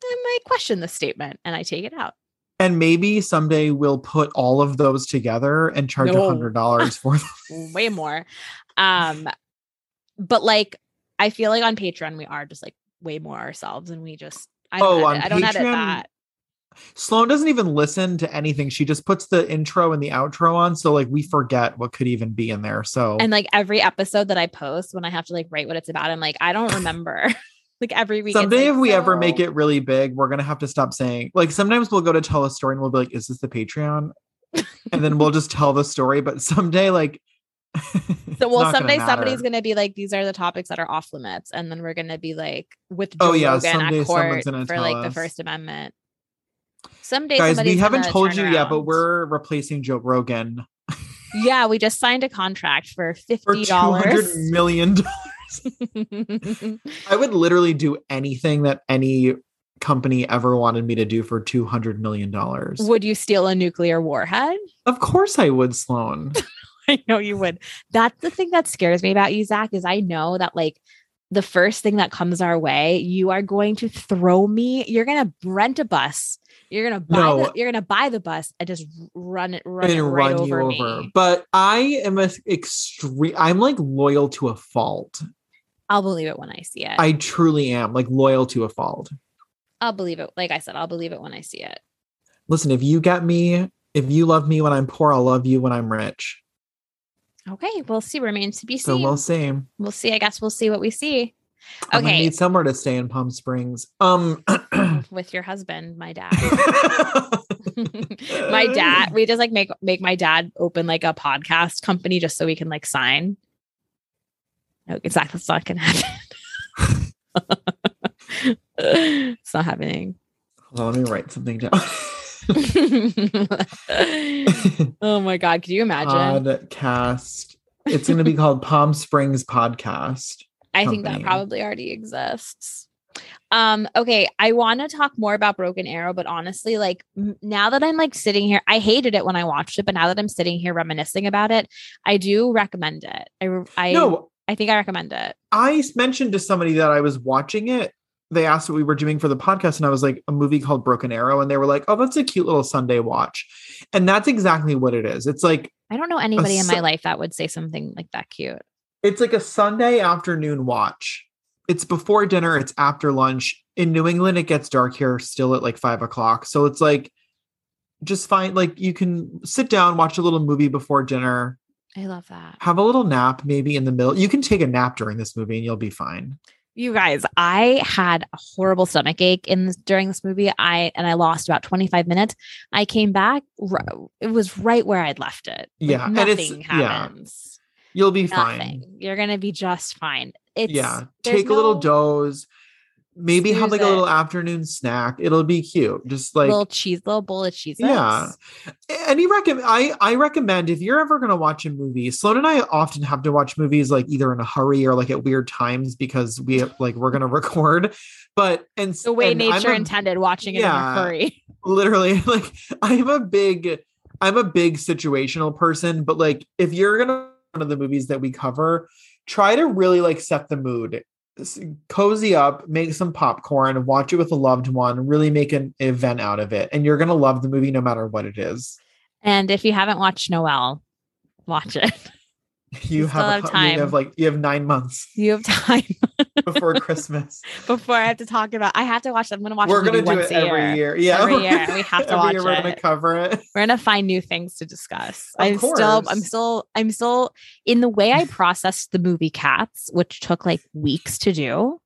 S1: I might question this statement and I take it out.
S2: and maybe someday we'll put all of those together and charge a
S1: No.
S2: hundred dollars for them
S1: way more. Um, but like, I feel like on Patreon we are just like way more ourselves, and we just I don't edit,
S2: Oh, on
S1: I don't edit
S2: Patreon,
S1: that.
S2: sloan doesn't even listen to anything she just puts the intro and the outro on so like we forget what could even be in there so
S1: And like every episode that I post, when I have to like write what it's about, I'm like I don't remember. like every week. it's
S2: Someday,
S1: like, "Oh."
S2: if we ever make
S1: so-
S2: it really big, we're gonna have to stop saying like sometimes we'll go to tell a story and we'll be like, "Is this the Patreon?" and then we'll just tell the story. But someday, like, it's
S1: So, well,
S2: not gonna
S1: someday somebody's
S2: matter.
S1: going to be like, these are the topics that are off limits. And then we're going to be like, with Joe
S2: Oh, yeah,
S1: Rogan
S2: someday
S1: at
S2: someone's
S1: court
S2: gonna
S1: for
S2: tell
S1: like the
S2: us.
S1: First Amendment. Someday,
S2: guys. We
S1: somebody's
S2: haven't
S1: gonna
S2: told
S1: turn
S2: you yet, but
S1: around.
S2: we're replacing Joe Rogan
S1: yeah, we just signed a contract for
S2: for
S1: fifty
S2: two hundred
S1: dollars.
S2: million. dollars.
S1: I
S2: I would literally do anything that any company ever wanted me to do for two hundred million dollars.
S1: Would you steal a nuclear warhead?
S2: Of course, I would, Sloan.
S1: I know you would. That's the thing that scares me about you, Zach, is I know that like the first thing that comes our way, you are going to throw me. You're gonna rent a bus. You're gonna buy the,
S2: No.
S1: you're gonna buy the bus and just run it run it
S2: and
S1: right
S2: run
S1: over
S2: you over.
S1: me.
S2: But I am a extreme. I'm like loyal to a fault.
S1: I'll believe it when I see it.
S2: I truly am like loyal to a fault.
S1: I'll believe it. Like I said, I'll believe it when I see it.
S2: Listen, if you get me, if you love me when I'm poor, I'll love you when I'm rich.
S1: Okay, we'll see. Remains to be
S2: So
S1: seen.
S2: we'll see.
S1: we'll see. I guess we'll see what we see.
S2: I'm gonna
S1: Okay.
S2: need somewhere to stay in Palm Springs. Um
S1: with your husband, my dad. my dad, we just like make make my dad open like a podcast company just so we can like sign. No, it's not that's not gonna happen. it's not happening.
S2: Hold on, let me write something down.
S1: oh my god, could you imagine?
S2: podcast. It's gonna be called Palm Springs Podcast.
S1: I think that
S2: company.
S1: probably already exists. Um, okay, I want to talk more about Broken Arrow, but honestly, like m- now that I'm like sitting here, I hated it when I watched it, but now that I'm sitting here reminiscing about it, I do recommend it. I re- I
S2: no,
S1: I think I recommend it.
S2: I mentioned to somebody that I was watching it. They asked what we were doing for the podcast, and I was like, a movie called Broken Arrow. And they were like, oh, that's a cute little Sunday watch. And that's exactly what it is. It's like,
S1: I don't know anybody in my
S2: su-
S1: life that would say something like that cute.
S2: it's like a Sunday afternoon watch. It's before dinner, it's after lunch. In New England, it gets dark here still at like five o'clock. So it's like, just find like you can sit down, watch a little movie before dinner,
S1: I love that.
S2: have a little nap maybe in the middle. You can take a nap during this movie and you'll be fine.
S1: You guys, I had a horrible stomach ache in this, during this movie. I and I lost about 25 minutes. I came back, r- it was right where I'd left it. Like,
S2: Yeah, and it's-
S1: nothing
S2: yeah,
S1: happens.
S2: You'll be fine.
S1: nothing. You're gonna be just fine. It's
S2: yeah.
S1: there's
S2: Take a little
S1: no
S2: doze. Maybe have
S1: Snooze
S2: like a little
S1: it.
S2: afternoon snack. It'll be cute. Just like
S1: little cheese, little bowl of cheese.
S2: yeah. Any recommend I I recommend if you're ever gonna watch a movie, Sloan and I often have to watch movies like either in a hurry or like at weird times because we like we're gonna record. But and
S1: The way
S2: and I'm
S1: nature
S2: a-
S1: intended, watching it
S2: yeah.
S1: in a hurry.
S2: literally like i'm a big i'm a big situational person but like if you're gonna one of the movies that we cover try to really like set the mood S- cozy up make some popcorn watch it with a loved one really make an event out of it and you're gonna love the movie no matter what it is
S1: And if you haven't watched Noel, watch it.
S2: you
S1: You still
S2: have,
S1: have
S2: a, time. you
S1: time.
S2: have like you have nine months
S1: You have time
S2: before christmas
S1: before I have to talk about. I have to watch. I'm gonna watch.
S2: we're
S1: the movie
S2: gonna do
S1: once
S2: it
S1: a
S2: every year, yeah
S1: Every year, we have to
S2: every
S1: watch
S2: year we're gonna
S1: it.
S2: cover it
S1: We're gonna find new things to discuss.
S2: Of
S1: I'm still, I'm
S2: course.
S1: still, I'm still in the way I processed the movie Cats, which took like weeks to do.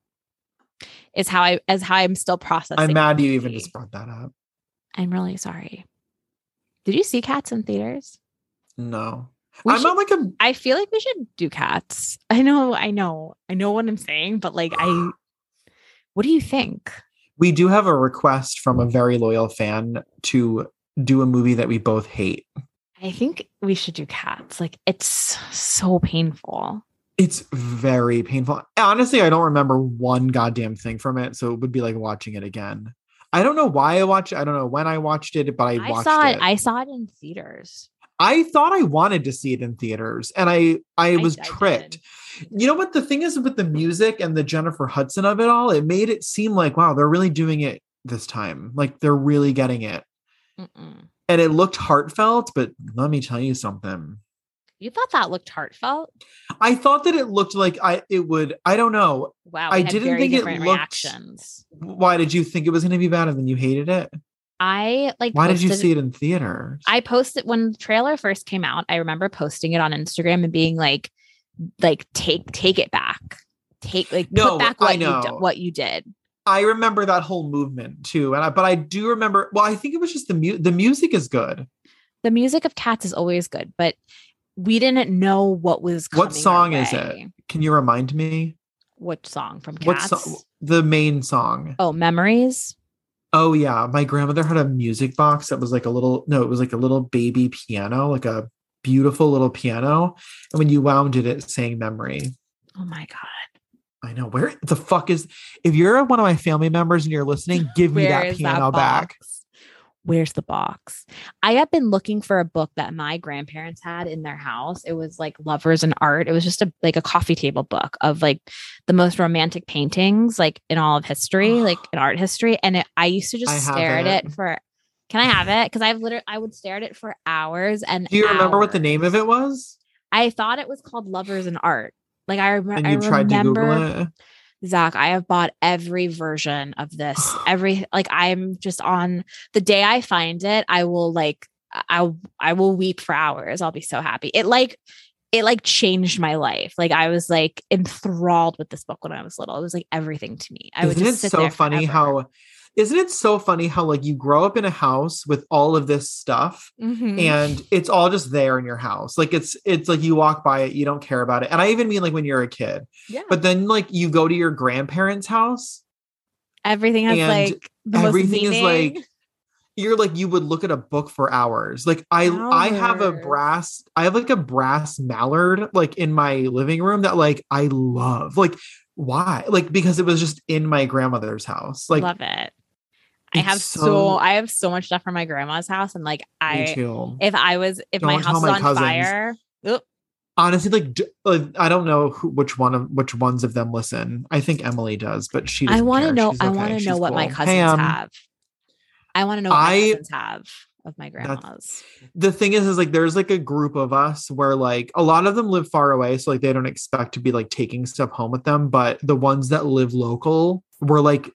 S1: Is how I as how I'm still processing.
S2: i'm
S1: the
S2: mad you even
S1: movie.
S2: just brought that up
S1: I'm really sorry. Did you see cats in theaters?
S2: no
S1: We
S2: i'm
S1: should-
S2: not like a
S1: I feel like we should do cats. I know, I know, I know what I'm saying, but like, I, what do you think?
S2: we do have a request from a very loyal fan to do a movie that we both hate.
S1: I think we should do cats. Like, it's so painful.
S2: It's very painful. Honestly, I don't remember one goddamn thing from it, so it would be like watching it again. I don't know why I watched it. I don't know when I watched it, but I,
S1: I,
S2: watched
S1: saw it.
S2: it. I,
S1: I saw it in theaters.
S2: thought I wanted to see it in theaters, and I I was
S1: I
S2: tricked.
S1: did.
S2: You know what the thing is with the music and the Jennifer Hudson of it all? It made it seem like wow, they're really doing it this time. Like they're really getting it.
S1: Mm-mm.
S2: And it looked heartfelt, but let me tell you something.
S1: You thought that looked heartfelt?
S2: I thought that it looked like I it would. I don't know.
S1: Wow.
S2: I
S1: we had
S2: didn't
S1: very
S2: think it
S1: different
S2: looked-
S1: reactions.
S2: Why did you think it was going to be bad and then you hated it?
S1: I like.
S2: Why did you
S1: posted-
S2: see it in theater?
S1: I posted when the trailer first came out. I remember posting it on Instagram and being like, like take take it back, take like
S2: No,
S1: put back
S2: I
S1: what you d-
S2: know.
S1: what you did.
S2: I remember that whole movement too, and I, but I do remember. Well, I think it was just the mu- the music is good.
S1: The music of Cats is always good, but we didn't know what was coming.
S2: What song
S1: our
S2: is it?
S1: way.
S2: Can you remind me
S1: What song from
S2: what
S1: Cats?
S2: so- the main song?
S1: oh, memories.
S2: Oh yeah, my grandmother had a music box that was like a little no, it was like a little baby piano, like a beautiful little piano, and when you wound it, it sang memory.
S1: Oh my god,
S2: I know where the fuck is if you're one of my family members and you're listening, give me
S1: Where
S2: that
S1: is
S2: piano back.
S1: box? Where's the box? I have been looking for a book that my grandparents had in their house. It was like lovers and art. It was just a like a coffee table book of like the most romantic paintings like in all of history, like in art history. And it, I used to just
S2: I have
S1: stare at
S2: it.
S1: it for. Can I have it? Because I've literally I would stare at it for hours and.
S2: Do you remember what the
S1: hours.
S2: name of it was?
S1: I thought it was called Lovers and Art. Like I, rem-
S2: And
S1: I
S2: you tried to
S1: remember
S2: Google it.
S1: Zach, I have bought every version of this. Every like I'm just on the day I find it, I will like I I will weep for hours. I'll be so happy. It like it like changed my life. Like I was like enthralled with this book when I was little. It was like everything to me. I would
S2: isn't it
S1: just sit
S2: so
S1: there
S2: funny
S1: forever.
S2: how isn't it so funny how like you grow up in a house with all of this stuff
S1: Mhm.
S2: and it's all just there in your house like it's it's like you walk by it you don't care about it and i even mean like when you're a kid
S1: yeah.
S2: but then like you go to your grandparents house
S1: everything has
S2: and
S1: like the most
S2: everything is
S1: meaning.
S2: like you're like you would look at a book for hours like i i have a
S1: Hours.
S2: brass i have like a brass mallard like in my living room that like i love like why like because it was just in my grandmother's house like
S1: love it. I
S2: it's
S1: have so,
S2: so-
S1: I have so much stuff from my grandma's house and like
S2: me
S1: I
S2: too.
S1: if I was if my
S2: Don't tell
S1: house was
S2: my
S1: on
S2: cousins.
S1: fire. Oop.
S2: honestly like, d- like i don't know who, which one of which ones of them listen i think emily does but she
S1: I
S2: doesn't
S1: want to
S2: care.
S1: know.
S2: She's
S1: I
S2: okay.
S1: want to
S2: She's
S1: know what my
S2: cool.
S1: cousins
S2: Pam,
S1: have. I want to know what my
S2: I-
S1: cousins have of my
S2: That's-
S1: grandma's.
S2: the thing is is like there's like a group of us where like a lot of them live far away so like they don't expect to be like taking stuff home with them but the ones that live local were like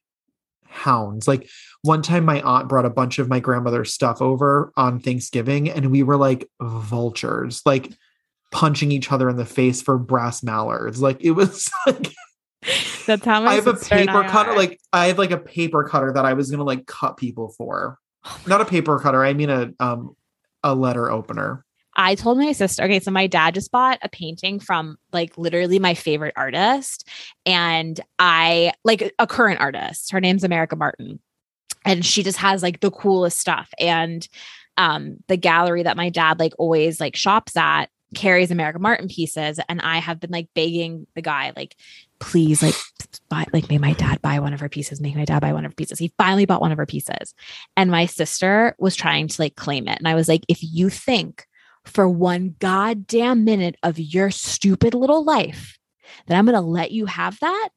S2: hounds like one time my aunt brought a bunch of my grandmother's stuff over on thanksgiving and we were like vultures like punching each other in the face for brass mallards like it was like
S1: That's how my
S2: I have a
S1: sister and
S2: paper
S1: I
S2: cutter.
S1: are.
S2: Like I have like a paper cutter that I was gonna like cut people for.
S1: Oh
S2: Not a paper cutter. I mean a um a letter opener.
S1: I told my sister, okay, so my dad just bought a painting from like literally my favorite artist. And I like a current artist. Her name's America Martin. And she just has like the coolest stuff. And um the gallery that my dad like always like shops at carries America Martin pieces. And I have been like begging the guy, like, please, like buy like make my dad buy one of her pieces. Make my dad buy one of her pieces. He finally bought one of her pieces. And my sister was trying to like claim it. And I was like, if you think for one goddamn minute of your stupid little life that I'm gonna let you have that,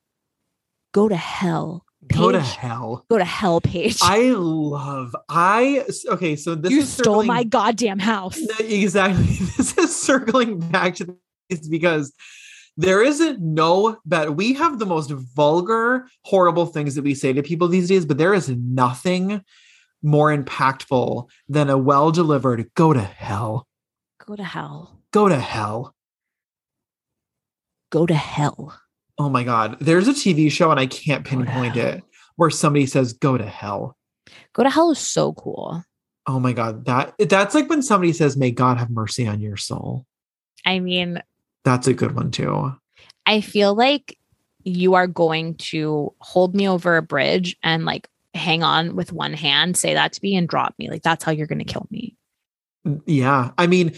S1: go to hell. Page,
S2: Go to hell.
S1: go to hell, Paige.
S2: I love I okay, so this
S1: you
S2: is
S1: stole
S2: circling-
S1: my goddamn house.
S2: No, exactly. This is circling back to this because there isn't no bet. We have the most vulgar, horrible things that we say to people these days, but there is nothing more impactful than a well delivered go to hell.
S1: Go to hell.
S2: Go to hell.
S1: Go to hell.
S2: Oh my God. There's a TV show, and I can't
S1: Go to
S2: pinpoint
S1: hell.
S2: it, where somebody says, go to hell.
S1: Go to hell is so cool.
S2: Oh my God. That that's like when somebody says, May God have mercy on your soul.
S1: I mean,
S2: That's a good one too.
S1: I feel like you are going to hold me over a bridge and like hang on with one hand, say that to me, and drop me. Like that's how you're going to kill me.
S2: Mm, Yeah. I mean,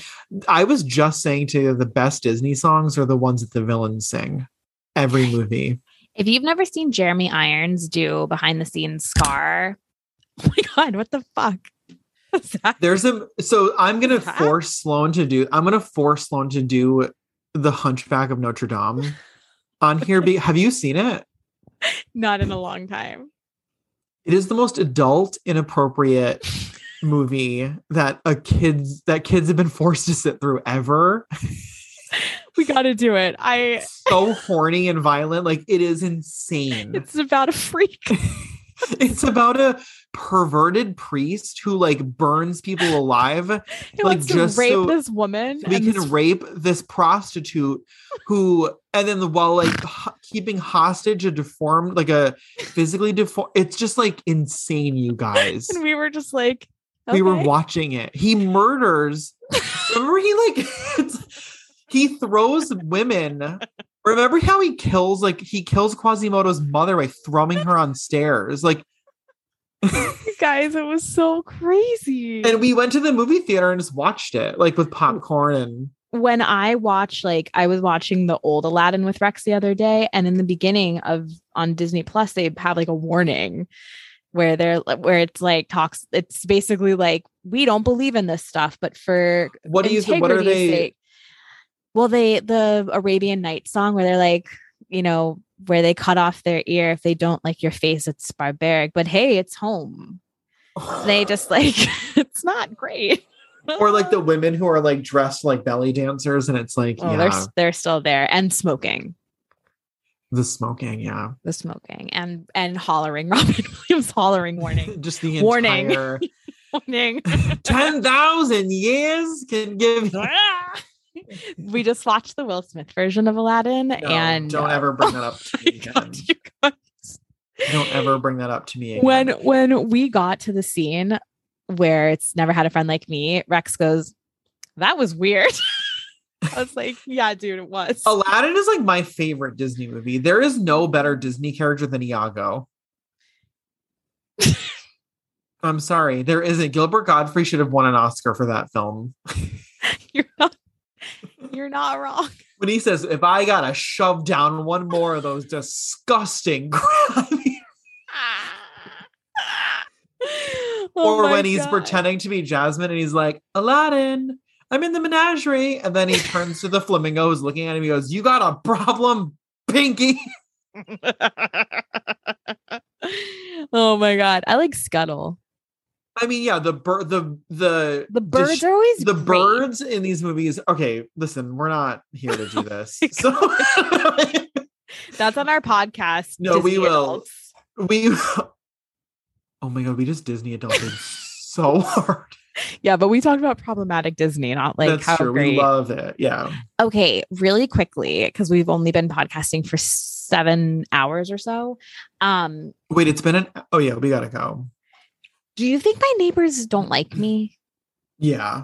S2: I was just saying to you, the best Disney songs are the ones that the villains sing every movie.
S1: If you've never seen Jeremy Irons do behind the scenes Scar, oh my god, what the fuck? What's that?
S2: There's a so I'm gonna
S1: Huh?
S2: force Sloan to do I'm gonna force Sloan to do the Hunchback of Notre Dame on here. Be, have you seen it?
S1: Not in a long time.
S2: It is the most adult inappropriate movie that a kids that kids have been forced to sit through ever.
S1: We got to do it. I.
S2: So horny and violent, like it is insane.
S1: It's about a freak.
S2: It's about a perverted priest who like burns people alive.
S1: He
S2: Like,
S1: wants to
S2: just
S1: rape
S2: so
S1: this woman.
S2: We
S1: and
S2: can
S1: this-
S2: rape this prostitute who, and then while like ho- keeping hostage a deformed, like a physically deformed. It's just like insane, you guys.
S1: and we were just like,
S2: we were
S1: okay.
S2: watching it. He murders. Remember, he like it's- he throws women. Remember how he kills like he kills Quasimodo's mother by throwing her on stairs. Like,
S1: You guys, it was so crazy.
S2: and we went to the movie theater and just watched it, like with popcorn and
S1: when I watch, like, I was watching the old Aladdin with Rex the other day, and in the beginning of on Disney Plus, they have like a warning where they're where it's like talks. It's basically like we don't believe in this stuff, but for
S2: what do you? What are
S1: integrity's
S2: they?
S1: sake- well, they the Arabian Nights song where they're like, you know, where they cut off their ear if they don't like your face. It's barbaric, but hey, it's home. They just like it's not great.
S2: Uh. or like the women who are like dressed like belly dancers and it's like
S1: Oh,
S2: yeah
S1: they're s- they're still there and smoking,
S2: the smoking yeah
S1: the smoking and and hollering. Robin Williams hollering warning,
S2: just the
S1: Warning.
S2: entire
S1: warning.
S2: 10,000 years can give you-
S1: we just watched the Will Smith version of Aladdin,
S2: No,
S1: and Oh
S2: don't ever bring that up to
S1: my
S2: me again.
S1: God, you guys.
S2: don't ever bring that up to me again.
S1: when when we got to the scene where it's never had a friend like me, Rex goes, "That was weird." I was like, "Yeah, dude, it was."
S2: Aladdin is like my favorite Disney movie. There is no better Disney character than Iago. I'm sorry, there isn't. Gilbert Godfrey should have won an Oscar for that film.
S1: You're not, you're not wrong.
S2: When he says, "If I gotta shove down one more of those disgusting," crabby,"
S1: Oh
S2: or
S1: my
S2: when he's
S1: God.
S2: pretending to be Jasmine and he's like, "Aladdin, I'm in the menagerie," and then he turns to the flamingo who's looking at him. He goes, "You got a problem, Pinky?"
S1: oh my god, I like Scuttle.
S2: I mean, yeah, the bird, the the
S1: The birds
S2: Dish-
S1: are always
S2: the
S1: great.
S2: birds in these movies okay listen we're not here to
S1: Oh
S2: do this so
S1: That's on our podcast.
S2: No, we will.
S1: Adults.
S2: we oh my god we just disney adulted so hard
S1: Yeah, but we talked about problematic Disney, not like
S2: that's
S1: how
S2: true
S1: great.
S2: we love it yeah
S1: okay, really quickly because we've only been podcasting for seven hours or so. Um,
S2: wait it's been an oh yeah we gotta go
S1: do you think my neighbors don't like me?
S2: yeah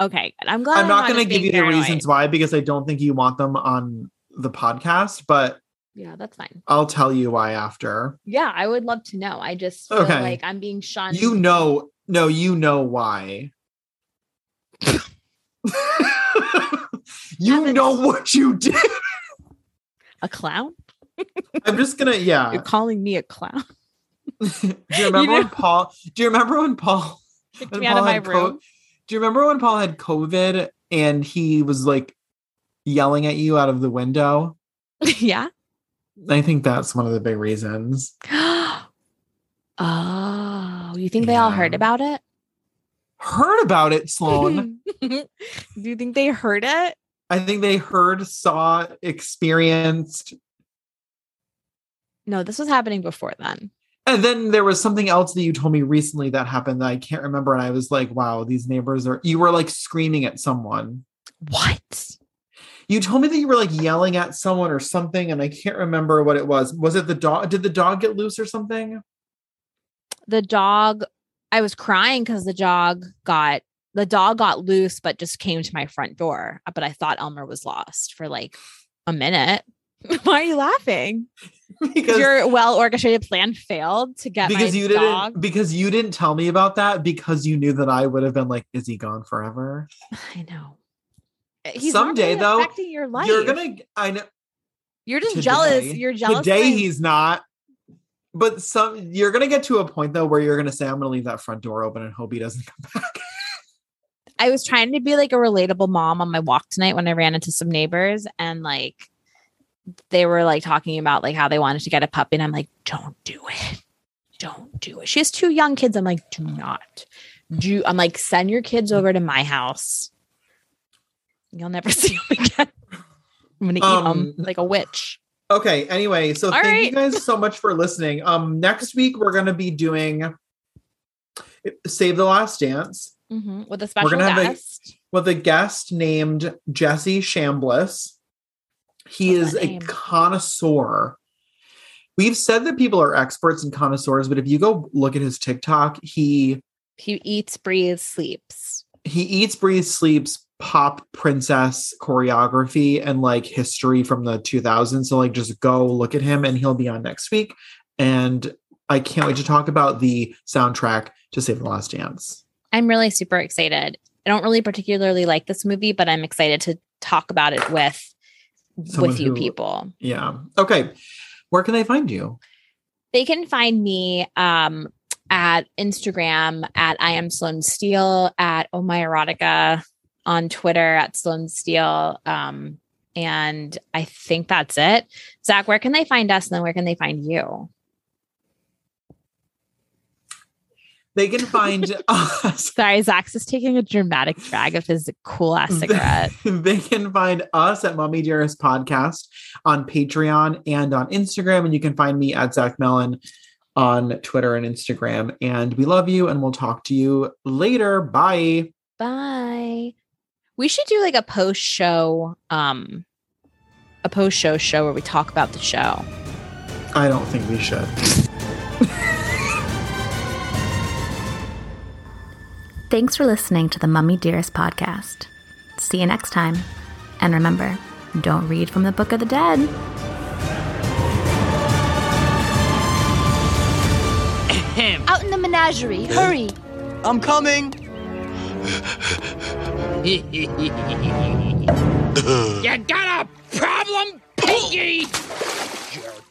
S1: Okay, good. I'm glad.
S2: i'm not
S1: just
S2: gonna give
S1: being
S2: you the
S1: paranoid.
S2: reasons why because i don't think you want them on the podcast but
S1: Yeah, that's fine.
S2: i'll tell you why after
S1: Yeah, I would love to know. I just feel
S2: Okay.
S1: like I'm being shunned.
S2: you know no you know why you
S1: Haven't-
S2: know what you did
S1: a clown.
S2: i'm just gonna yeah
S1: You're calling me a clown.
S2: do you remember
S1: know-
S2: when Paul? Do you remember when Paul?
S1: Kicked
S2: when
S1: me out of
S2: Paul
S1: my
S2: had co-
S1: room.
S2: do you remember when Paul had COVID and he was like yelling at you out of the window?
S1: yeah.
S2: I think that's one of the big reasons.
S1: oh, you think they all heard
S2: Yeah.
S1: about it?
S2: Heard about it, Sloan.
S1: Do you think they heard it?
S2: I think they heard, saw, experienced,
S1: No, this was happening before then.
S2: and then there was something else that you told me recently that happened that I can't remember. And I was like, "Wow, these neighbors are." You were like screaming at someone.
S1: What?
S2: You told me that you were like yelling at someone or something, and I can't remember what it was. Was it the dog? Did the dog get loose or something?
S1: The dog, I was crying because the dog got the dog got loose, but just came to my front door. uh, But I thought Elmer was lost for like a minute. Why are you laughing?
S2: Because
S1: Your well orchestrated plan failed to get
S2: because
S1: my
S2: you didn't
S1: dog.
S2: because you didn't tell me about that because you knew that I would have been like, is he gone forever?
S1: I know. Eh, not
S2: Someday,
S1: really
S2: though,
S1: affecting your life.
S2: You're gonna I know
S1: You're just
S2: Today-
S1: jealous. You're jealous.
S2: today
S1: that-
S2: he's not. But some you're gonna get to a point though where you're gonna say, I'm gonna leave that front door open and hope he doesn't come back.
S1: I was trying to be like a relatable mom on my walk tonight when I ran into some neighbors and like they were like talking about like how they wanted to get a puppy and I'm like, don't do it. Don't do it. She has two young kids. I'm like, do not. Do I'm like, send your kids over to my house. You'll never see them again. I'm gonna eat 'em
S2: Um,
S1: like a witch.
S2: Okay, anyway, so
S1: All
S2: thank
S1: right.
S2: you guys so much for listening. Um next week we're gonna be doing eh, Save the Last Dance
S1: Mhm. With a special
S2: gonna have a-
S1: guest.
S2: with a guest named Jesse Shambliss. He
S1: What's
S2: is
S1: that
S2: a
S1: name?
S2: connoisseur. We've said that people are experts and connoisseurs, but if you go look at his TikTok, he
S1: He eats, breathes, sleeps.
S2: he eats, breathes, sleeps pop princess choreography and like history from the 2000s. So like just go look at him and he'll be on next week and I can't wait to talk about the soundtrack to Save the Last Dance.
S1: I'm really super excited. I don't really particularly like this movie, but I'm excited to talk about it with
S2: Someone
S1: with you
S2: who-
S1: people.
S2: Yeah. Okay. Where can they find you?
S1: They can find me um at Instagram at I am Sloan Steele at Oh My Erotica on Twitter at Sloan Steele. Um and I think that's it. Zach, where can they find us and then where can they find you?
S2: They can find us.
S1: Sorry, Zach's is taking a dramatic drag of his cool ass cigarette.
S2: they can find us at Mommy Dearest Podcast on Patreon and on Instagram. And you can find me at Zach Mellon on Twitter and Instagram. And we love you and we'll talk to you later. Bye.
S1: Bye. We should do like a post show, um, a post show show where we talk about the show.
S2: I don't think we should.
S4: Thanks for listening to the Mummy Dearest podcast. See you next time. And remember, don't read from the Book of the Dead.
S5: Out in the menagerie, hurry!
S6: I'm coming.
S7: You got a problem, Pinky? You're